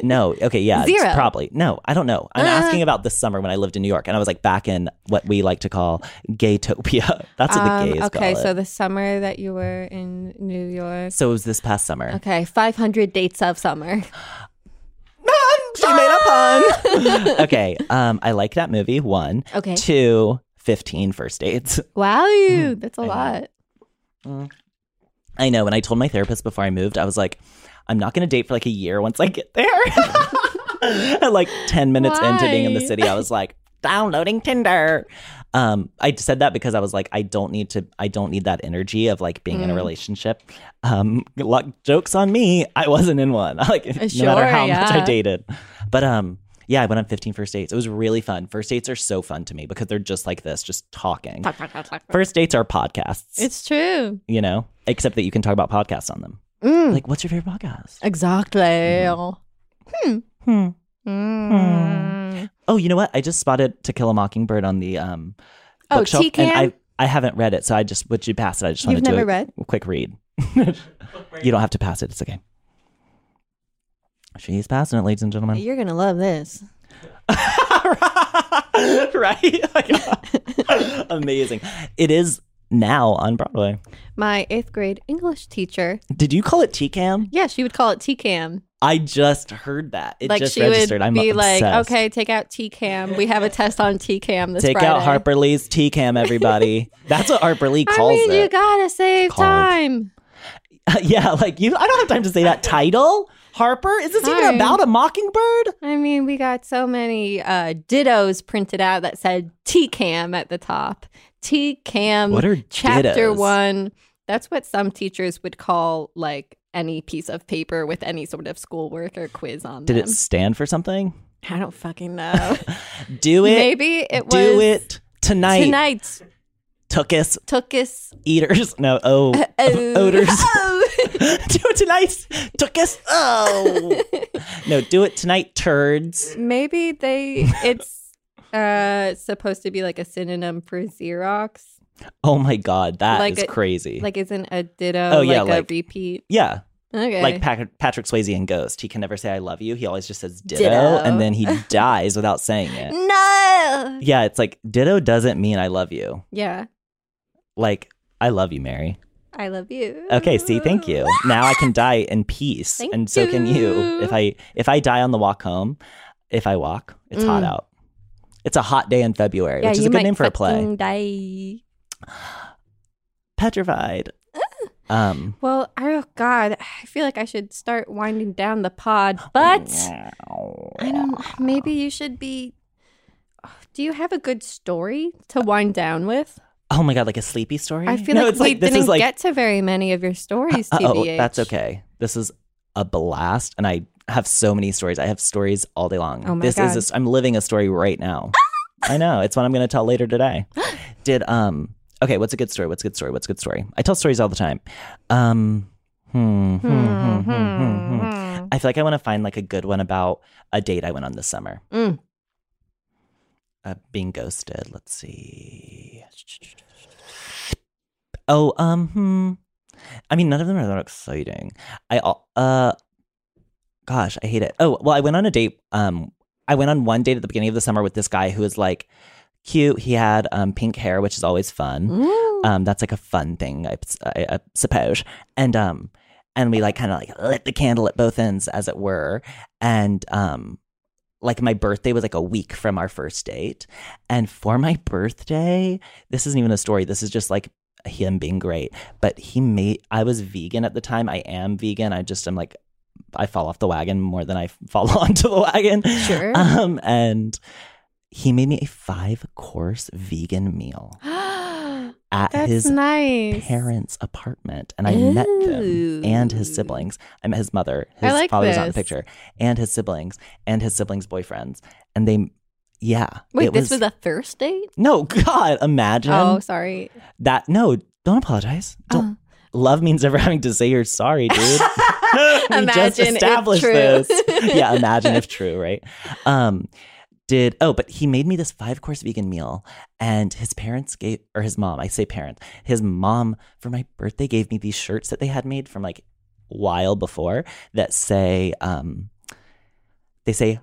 Speaker 2: No, okay, yeah, it's
Speaker 1: Zero.
Speaker 2: probably no. I don't know. I'm
Speaker 1: Uh.
Speaker 2: asking about this summer when I lived in New York, and I was like back in what we like to call gaytopia. [laughs] [laughs] That's what
Speaker 1: Um,
Speaker 2: the gays
Speaker 1: okay,
Speaker 2: call it.
Speaker 1: so the summer that you were in New York.
Speaker 2: So it was this past summer.
Speaker 1: Okay, 500 dates of summer. [laughs]
Speaker 2: Um, she made a
Speaker 1: [laughs]
Speaker 2: pun. [laughs] okay. Um, I like that movie. One.
Speaker 1: Okay.
Speaker 2: Two. 15 first dates.
Speaker 1: Wow, that's a
Speaker 2: I know.
Speaker 1: lot.
Speaker 2: I know. And I told my therapist before I moved, I was like, I'm not going to date for like a year once I get there. [laughs] At like 10 minutes into being in the
Speaker 1: Why?
Speaker 2: city, I was like, downloading Tinder. Um, I said that because I was like, I don't need to, I don't need that energy of like being in
Speaker 1: Mm.
Speaker 2: a relationship. Um, luck, jokes on me. I wasn't in one. [laughs] Like, no
Speaker 1: sure,
Speaker 2: matter how much I
Speaker 1: yeah.
Speaker 2: dated. But, um, yeah, I went on 15 first dates. It was really fun. First dates are so fun to me because they're just like this, just talking. First dates are podcasts
Speaker 1: It's true.
Speaker 2: you know, except that you can talk about podcasts on them.
Speaker 1: Mm.
Speaker 2: Like, what's your favorite podcast?
Speaker 1: Exactly.
Speaker 2: Hmm.
Speaker 1: Mm.
Speaker 2: Oh, you know what? I just spotted To Kill a Mockingbird on the um,
Speaker 1: Oh,
Speaker 2: bookshelf, and
Speaker 1: TCAM?
Speaker 2: I I haven't read it, so I just would you pass it? I just
Speaker 1: You've
Speaker 2: want to do
Speaker 1: never
Speaker 2: a
Speaker 1: read?
Speaker 2: quick read. you don't have to pass it. It's okay. She's passing it, ladies and
Speaker 1: [laughs]
Speaker 2: gentlemen.
Speaker 1: You're going to love this.
Speaker 2: right? Like, [laughs] amazing. It is now on Broadway.
Speaker 1: My eighth grade English teacher.
Speaker 2: Did you call it TCAM?
Speaker 1: Yeah, she would call it TCAM.
Speaker 2: I just heard that. It
Speaker 1: like
Speaker 2: just
Speaker 1: she
Speaker 2: registered.
Speaker 1: would
Speaker 2: I'm
Speaker 1: be
Speaker 2: obsessed.
Speaker 1: like, okay, take out TCAM. We have a test on TCAM this
Speaker 2: Take
Speaker 1: Friday.
Speaker 2: out Harper Lee's TCAM,
Speaker 1: [laughs]
Speaker 2: everybody. That's what Harper Lee
Speaker 1: I
Speaker 2: calls
Speaker 1: mean, you
Speaker 2: it.
Speaker 1: gotta save
Speaker 2: Called.
Speaker 1: time.
Speaker 2: [laughs] yeah, like you. I don't have time to
Speaker 1: [laughs]
Speaker 2: say that title. Harper, is this
Speaker 1: Sorry.
Speaker 2: even about a mockingbird?
Speaker 1: I mean, we got so many uh, dittos printed out that said TCAM at the top. TCAM
Speaker 2: What are
Speaker 1: chapter
Speaker 2: dittos?
Speaker 1: one. That's what some teachers would call like any piece of paper with any sort of schoolwork or quiz on
Speaker 2: Did
Speaker 1: them.
Speaker 2: it stand for something?
Speaker 1: I don't fucking know.
Speaker 2: [laughs]
Speaker 1: [laughs]
Speaker 2: Do it.
Speaker 1: Maybe it was
Speaker 2: do it tonight.
Speaker 1: tonight's
Speaker 2: Tookus
Speaker 1: Tookus
Speaker 2: eaters. No.
Speaker 1: [laughs]
Speaker 2: Oh. [laughs]
Speaker 1: Oh.
Speaker 2: Odors. [laughs]
Speaker 1: Oh.
Speaker 2: do it tonight. Tookus.
Speaker 1: [laughs]
Speaker 2: Oh. no. Do it tonight. Turds.
Speaker 1: Maybe they it's uh supposed to be like a synonym for Xerox.
Speaker 2: Oh my God. that is
Speaker 1: Like a-
Speaker 2: crazy.
Speaker 1: Like isn't a ditto
Speaker 2: Oh,
Speaker 1: like
Speaker 2: yeah,
Speaker 1: a
Speaker 2: like-
Speaker 1: repeat?
Speaker 2: yeah.
Speaker 1: Okay.
Speaker 2: Like Pat- Patrick Swayze in Ghost, he can never say "I love you." He always just says "ditto,",
Speaker 1: Ditto.
Speaker 2: and
Speaker 1: [laughs]
Speaker 2: then he dies without saying it.
Speaker 1: no.
Speaker 2: Yeah, it's like "ditto" doesn't mean "I love you."
Speaker 1: Yeah.
Speaker 2: Like "I love you, Mary."
Speaker 1: I love you.
Speaker 2: Okay, see,
Speaker 1: [laughs]
Speaker 2: thank you. Now I can die in peace,
Speaker 1: Thank
Speaker 2: and so can
Speaker 1: you.
Speaker 2: you. If I if I die on the walk home, if I walk, it's hot
Speaker 1: Mm.
Speaker 2: out. It's a hot day in February,
Speaker 1: Yeah,
Speaker 2: which is
Speaker 1: you
Speaker 2: a good
Speaker 1: might
Speaker 2: name for a play.
Speaker 1: fucking die. [gasps]
Speaker 2: Petrified. Um,
Speaker 1: Well, I, oh God, I feel like I should start winding down the pod, but I don't. Maybe you should be. Do you have a good story to wind down with?
Speaker 2: oh my god, like a sleepy story.
Speaker 1: I feel
Speaker 2: No,
Speaker 1: like
Speaker 2: it's
Speaker 1: we
Speaker 2: this
Speaker 1: didn't
Speaker 2: is like
Speaker 1: get to very many of your stories,
Speaker 2: Oh,
Speaker 1: TBH.
Speaker 2: that's okay. This is a blast, and I have so many stories. I have stories all day long.
Speaker 1: Oh my
Speaker 2: this
Speaker 1: God.
Speaker 2: is i I'm living a story right now.
Speaker 1: [laughs]
Speaker 2: I know it's what I'm going to tell
Speaker 1: [gasps]
Speaker 2: later today. Did um okay? What's a good story? What's a good story? What's a good story? I tell stories all the time. Um, hmm, hmm, hmm, hmm, hmm, hmm. I feel like I want to find like a good one about a date I went on this summer.
Speaker 1: Mm.
Speaker 2: Uh, being ghosted. Let's see. Oh, um, hmm. I mean, none of them are that exciting. I al- uh, gosh, I hate it. Oh well, I went on a date. Um, I went on one date at the beginning of the summer with this guy who was like cute. He had um pink hair, which is always fun.
Speaker 1: hmm.
Speaker 2: Um, that's like a fun thing, I, I, I suppose. And um, and we like kind of like lit the candle at both ends, as it were. And um, like my birthday was like a week from our first date, and for my birthday, this isn't even a story. This is just like him being great. But he made. I was vegan at the time. I am vegan. I just am like. I fall off the wagon more than I [laughs] fall onto the wagon.
Speaker 1: Sure.
Speaker 2: Um, and he made me a five course vegan meal at
Speaker 1: [gasps] That's
Speaker 2: uh, his
Speaker 1: nice.
Speaker 2: parents' apartment, and I met
Speaker 1: Ooh.
Speaker 2: them and his siblings. I met his mother.
Speaker 1: I
Speaker 2: His
Speaker 1: like
Speaker 2: father was not in the
Speaker 1: this.
Speaker 2: picture, and his siblings, and his siblings' boyfriends, and they, yeah.
Speaker 1: Wait,
Speaker 2: it
Speaker 1: this was, a first date?
Speaker 2: no [laughs] God. Imagine
Speaker 1: Oh, Uh. sorry.
Speaker 2: that. No, don't apologize. Don't. Love means never [laughs] having to say you're
Speaker 1: [laughs]
Speaker 2: sorry, dude. [laughs] we just
Speaker 1: Imagine if
Speaker 2: established
Speaker 1: true.
Speaker 2: this.
Speaker 1: [laughs]
Speaker 2: [laughs] yeah, imagine if true, right? Um, did oh, but he made me this five course vegan meal, and his parents gave or his mom, I say parents, his mom for my birthday gave me these shirts that they had made from like while before that say, um, they say,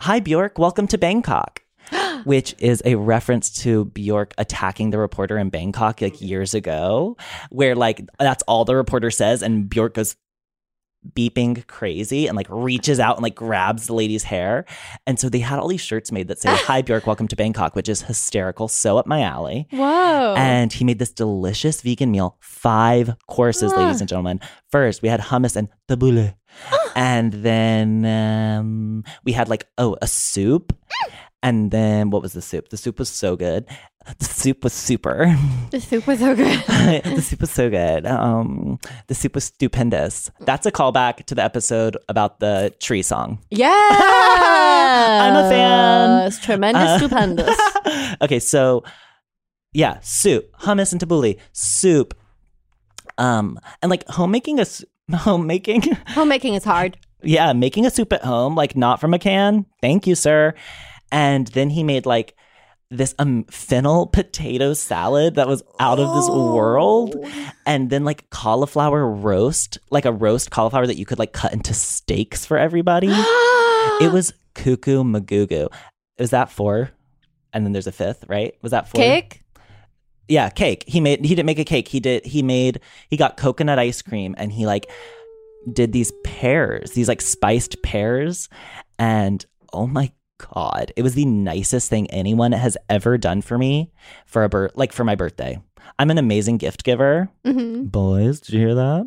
Speaker 2: "Hi Bjork, welcome to Bangkok." Which is a reference to Bjork attacking the reporter in Bangkok like years ago, where like that's all the reporter says, and Bjork goes beeping crazy and like reaches out and like grabs the lady's hair. And so they had all these shirts made that say, Hi Bjork, welcome to Bangkok, which is hysterical, so up my alley.
Speaker 1: Whoa.
Speaker 2: And he made this delicious vegan meal, five courses, ladies and gentlemen. First, we had hummus and tabbouleh. and then um, we had like, oh, a soup. And then what was the soup? The soup was so good. The soup was super. [laughs]
Speaker 1: the soup was so good.
Speaker 2: the soup was so good. Um, the soup was stupendous. That's a callback to the episode about the tree song.
Speaker 1: [laughs] [laughs] Yeah.
Speaker 2: a fan.
Speaker 1: It's tremendous,
Speaker 2: Uh,
Speaker 1: stupendous.
Speaker 2: [laughs] okay, so yeah, soup, hummus and tabbouleh, soup. Um, and like homemaking a s- [laughs] homemaking,
Speaker 1: [laughs] Homemaking is [gasps] hard.
Speaker 2: yeah, making a soup at home, like not from a can. Thank you, sir. And then he made like this um fennel [laughs] potato salad that was out of this world and then like cauliflower roast like a roast cauliflower that you could like cut into steaks for everybody
Speaker 1: [gasps]
Speaker 2: it was cuckoo magoogoo was that four and then there's a fifth right was that four
Speaker 1: Cake?
Speaker 2: yeah cake he made he didn't make a cake he did he made he got coconut ice cream and he like did these pears these like spiced pears and oh my god it was the nicest thing anyone has ever done for me for a bir- like for my birthday i'm an amazing gift giver
Speaker 1: hmm
Speaker 2: boys did you hear that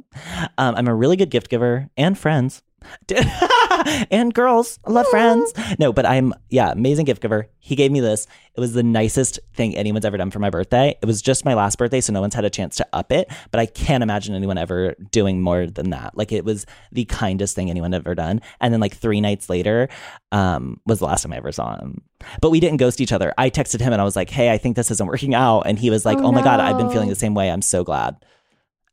Speaker 2: um, i'm a really good gift giver and friends [laughs] and girls i love friends no but i'm yeah amazing gift giver he gave me this it was the nicest thing anyone's ever done for my birthday it was just my last birthday so no one's had a chance to up it but i can't imagine anyone ever doing more than that like it was the kindest thing anyone had ever done and then like three nights later um, was the last time i ever saw him but we didn't ghost each other i texted him and i was like hey i think this isn't working out and he was like oh,
Speaker 1: Oh,
Speaker 2: my god i've been
Speaker 1: no.
Speaker 2: feeling the same way i'm so glad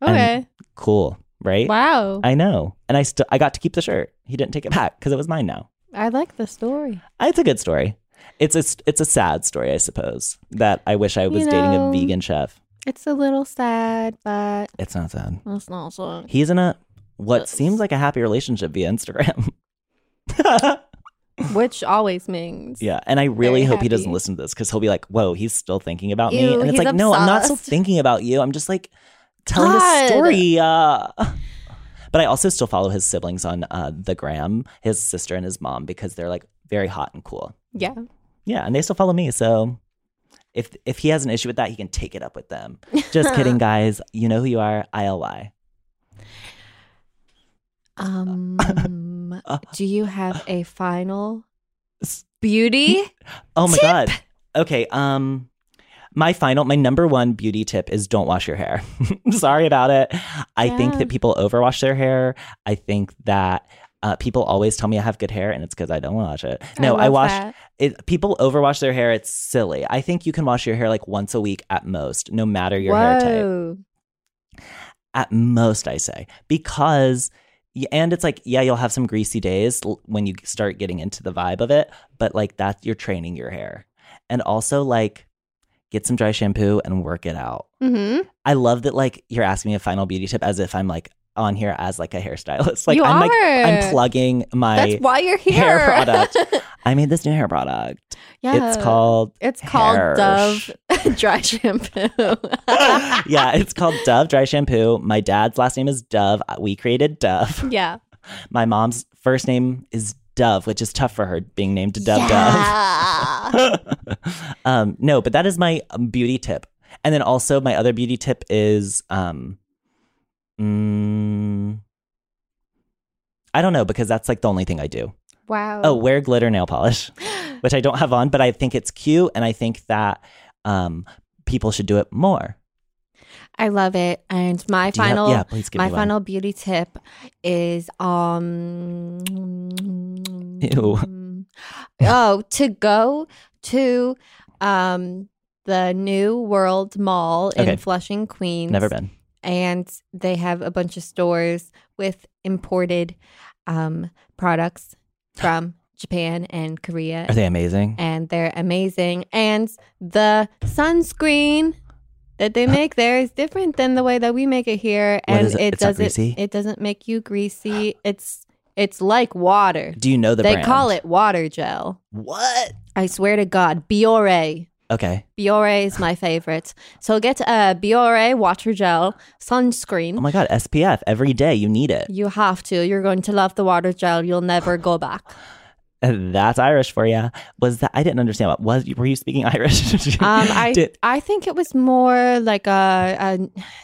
Speaker 1: Okay.
Speaker 2: cool, right?
Speaker 1: wow. I,
Speaker 2: I know. And I still I got to keep the shirt. He didn't take it back because it was mine now.
Speaker 1: like the story.
Speaker 2: It's a good story. It's a it's a sad story, I suppose. That I wish I was dating a
Speaker 1: know.
Speaker 2: vegan chef.
Speaker 1: It's a little sad, [laughs] but
Speaker 2: It's not sad.
Speaker 1: it's not so.
Speaker 2: He's in a what seems like a happy relationship via Instagram. [laughs]
Speaker 1: Which always means.
Speaker 2: yeah, and I really
Speaker 1: Very
Speaker 2: hope he doesn't
Speaker 1: happy.
Speaker 2: listen to this because he'll be like, "Whoa, he's still thinking about me,"
Speaker 1: Ew,
Speaker 2: and it's
Speaker 1: he's
Speaker 2: like, "No, I'm not still
Speaker 1: obsessed.
Speaker 2: thinking about you. I'm just like telling a
Speaker 1: God.
Speaker 2: story." Uh. [laughs] But I also still follow his siblings on uh, the gram, his sister and his mom, because they're like very hot and cool.
Speaker 1: Yeah.
Speaker 2: Yeah, and they still follow me. So if if he has an issue with that, he can take it up with them.
Speaker 1: [laughs]
Speaker 2: Just kidding, guys. You know who you are. ILY.
Speaker 1: [laughs] Um,
Speaker 2: Uh.
Speaker 1: do you have a final beauty?
Speaker 2: Oh my god. Okay. Um, my final, my number one beauty tip is don't wash your hair. [laughs] Sorry about it. I think
Speaker 1: Yeah.
Speaker 2: that people overwash their hair. I think that uh, people always tell me I have good hair, and it's because I don't wash it. No, I,
Speaker 1: love
Speaker 2: wash.
Speaker 1: that.
Speaker 2: It, people overwash their hair. It's silly. I think you can wash your hair like once a week at most, no matter your hair type
Speaker 1: Whoa.
Speaker 2: at most i say because y- and it's like yeah you'll have some greasy days l- when you start getting into the vibe of it but like that you're training your hair and also like get some dry shampoo and work it out
Speaker 1: Mm-hmm.
Speaker 2: I love that like you're asking me a final beauty tip as if I'm like on here as like a hairstylist. [laughs] Like
Speaker 1: You
Speaker 2: I'm like
Speaker 1: are.
Speaker 2: I'm plugging my
Speaker 1: That's why [laughs] you're here.
Speaker 2: hair product. I made this new hair product.
Speaker 1: yeah.
Speaker 2: It's called
Speaker 1: It's called
Speaker 2: hair
Speaker 1: Dove
Speaker 2: sh-
Speaker 1: Dry Shampoo.
Speaker 2: yeah, it's called Dove dry shampoo. My dad's last name is Dove. Uh, We created Dove.
Speaker 1: yeah.
Speaker 2: My mom's first name is Dove, which is tough for her being named Dove
Speaker 1: Yeah. [laughs]
Speaker 2: Dove. [laughs] um, no, but that is my um, beauty tip. And then also my other beauty tip is um mm, I don't know because that's like the only thing I do.
Speaker 1: Wow.
Speaker 2: Oh, wear glitter
Speaker 1: [gasps]
Speaker 2: nail polish, which I don't have on, but I think it's cute and I think that um people should do it more.
Speaker 1: I love it. And my
Speaker 2: Do you have-
Speaker 1: final
Speaker 2: yeah, please give
Speaker 1: my
Speaker 2: me one.
Speaker 1: final beauty tip is um
Speaker 2: Ew.
Speaker 1: [laughs] oh to go to um the new world mall
Speaker 2: Okay.
Speaker 1: in flushing queens
Speaker 2: Never been.
Speaker 1: and they have a bunch of stores with imported um
Speaker 2: [sighs]
Speaker 1: products from japan and korea
Speaker 2: Are they amazing?
Speaker 1: and they're amazing. And the sunscreen that
Speaker 2: [gasps]
Speaker 1: they make there is different than the way that we make it here,
Speaker 2: What
Speaker 1: and
Speaker 2: is it?
Speaker 1: it
Speaker 2: It's not
Speaker 1: doesn't
Speaker 2: greasy?
Speaker 1: it doesn't make you greasy. It's it's like water.
Speaker 2: Do you know the
Speaker 1: they
Speaker 2: brand?
Speaker 1: call it water gel.
Speaker 2: what?
Speaker 1: I swear to God, Biore.
Speaker 2: Okay.
Speaker 1: Biore is my favorite. So get a Biore water gel
Speaker 2: Oh
Speaker 1: sunscreen.
Speaker 2: my god, SPF every day. You need it.
Speaker 1: You have to. You're going to love the water gel. You'll never go back.
Speaker 2: That's Irish for you. Was that? I didn't understand. What was? Were you speaking [laughs] Irish? Did you- [laughs]
Speaker 1: Um, I
Speaker 2: did-
Speaker 1: I think it was more like a,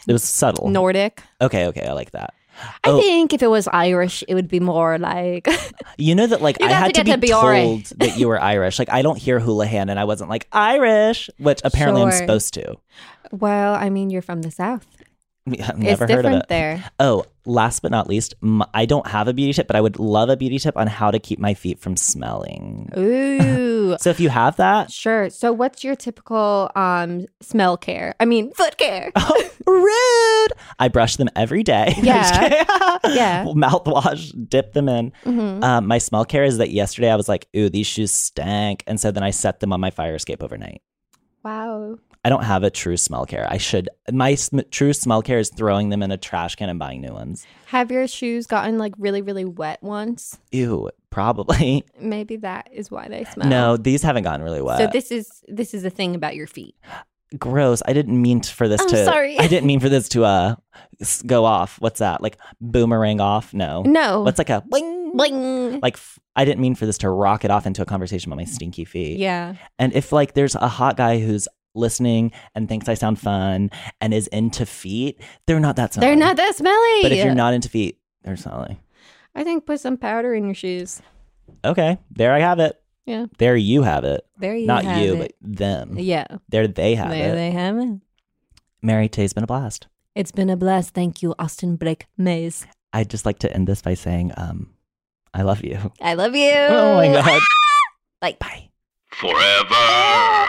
Speaker 2: it was
Speaker 1: a
Speaker 2: subtle.
Speaker 1: Nordic
Speaker 2: okay. Okay. I like that.
Speaker 1: I
Speaker 2: Oh.
Speaker 1: think if it was Irish, it would be more like [laughs]
Speaker 2: You know that like
Speaker 1: You
Speaker 2: I
Speaker 1: got
Speaker 2: had
Speaker 1: to
Speaker 2: to,
Speaker 1: get
Speaker 2: be
Speaker 1: to Biore.
Speaker 2: told that you were Irish. Like I don't hear Houlihan, and I wasn't like Irish, which apparently I'm
Speaker 1: Sure.
Speaker 2: supposed to.
Speaker 1: well, I mean, you're from the south.
Speaker 2: I've never
Speaker 1: it's
Speaker 2: heard of
Speaker 1: different
Speaker 2: it.
Speaker 1: there.
Speaker 2: Oh, last but not least, m I don't have a beauty tip, but I would love a beauty tip on how to keep my feet from smelling. [laughs]
Speaker 1: Ooh.
Speaker 2: So if you have that,
Speaker 1: sure. So what's your typical um smell care? I mean, foot
Speaker 2: [laughs]
Speaker 1: care.
Speaker 2: rude. I brush them every day. [laughs] I'm just
Speaker 1: Yeah.
Speaker 2: kidding.
Speaker 1: Yeah.
Speaker 2: [laughs] Mouthwash, dip them in.
Speaker 1: Mhm.
Speaker 2: Um, my smell care is that yesterday I was like, ooh, these shoes stank. And so then I set them on my fire escape overnight.
Speaker 1: Wow.
Speaker 2: I don't have a true smell care. I should. My sm- true smell care is throwing them in a trash can and buying new ones.
Speaker 1: Have your shoes gotten like really, really wet once?
Speaker 2: Ew, probably. [laughs]
Speaker 1: Maybe that is why they smell.
Speaker 2: No, these haven't gotten really wet.
Speaker 1: So this is this is a thing about your feet.
Speaker 2: Gross. I didn't mean t- for this
Speaker 1: I'm
Speaker 2: to.
Speaker 1: Oh, sorry. [laughs]
Speaker 2: I didn't mean for this to uh s- go off. What's that? Like boomerang off? No.
Speaker 1: No.
Speaker 2: What's like a bling
Speaker 1: bling?
Speaker 2: like f- I didn't mean for this to rocket off into a conversation about my stinky feet.
Speaker 1: Yeah.
Speaker 2: And if like there's a hot guy who's listening and thinks I sound fun and is into feet, they're not that smelly.
Speaker 1: They're not that smelly.
Speaker 2: Um, But if you're not into feet, they're smelly.
Speaker 1: I think put some powder in your shoes.
Speaker 2: Okay, there I have it.
Speaker 1: Yeah.
Speaker 2: There you have it.
Speaker 1: There you
Speaker 2: not
Speaker 1: have
Speaker 2: you,
Speaker 1: it.
Speaker 2: but them.
Speaker 1: yeah.
Speaker 2: There they have
Speaker 1: There
Speaker 2: it.
Speaker 1: they have it.
Speaker 2: Mary Tay's been a blast.
Speaker 1: It's been a blast. Thank you, Austin Blake Mays.
Speaker 2: I'd just like to end this by saying, um, I love you.
Speaker 1: I love you.
Speaker 2: [laughs] Oh my god.
Speaker 1: Like,
Speaker 2: Bye.
Speaker 4: Forever.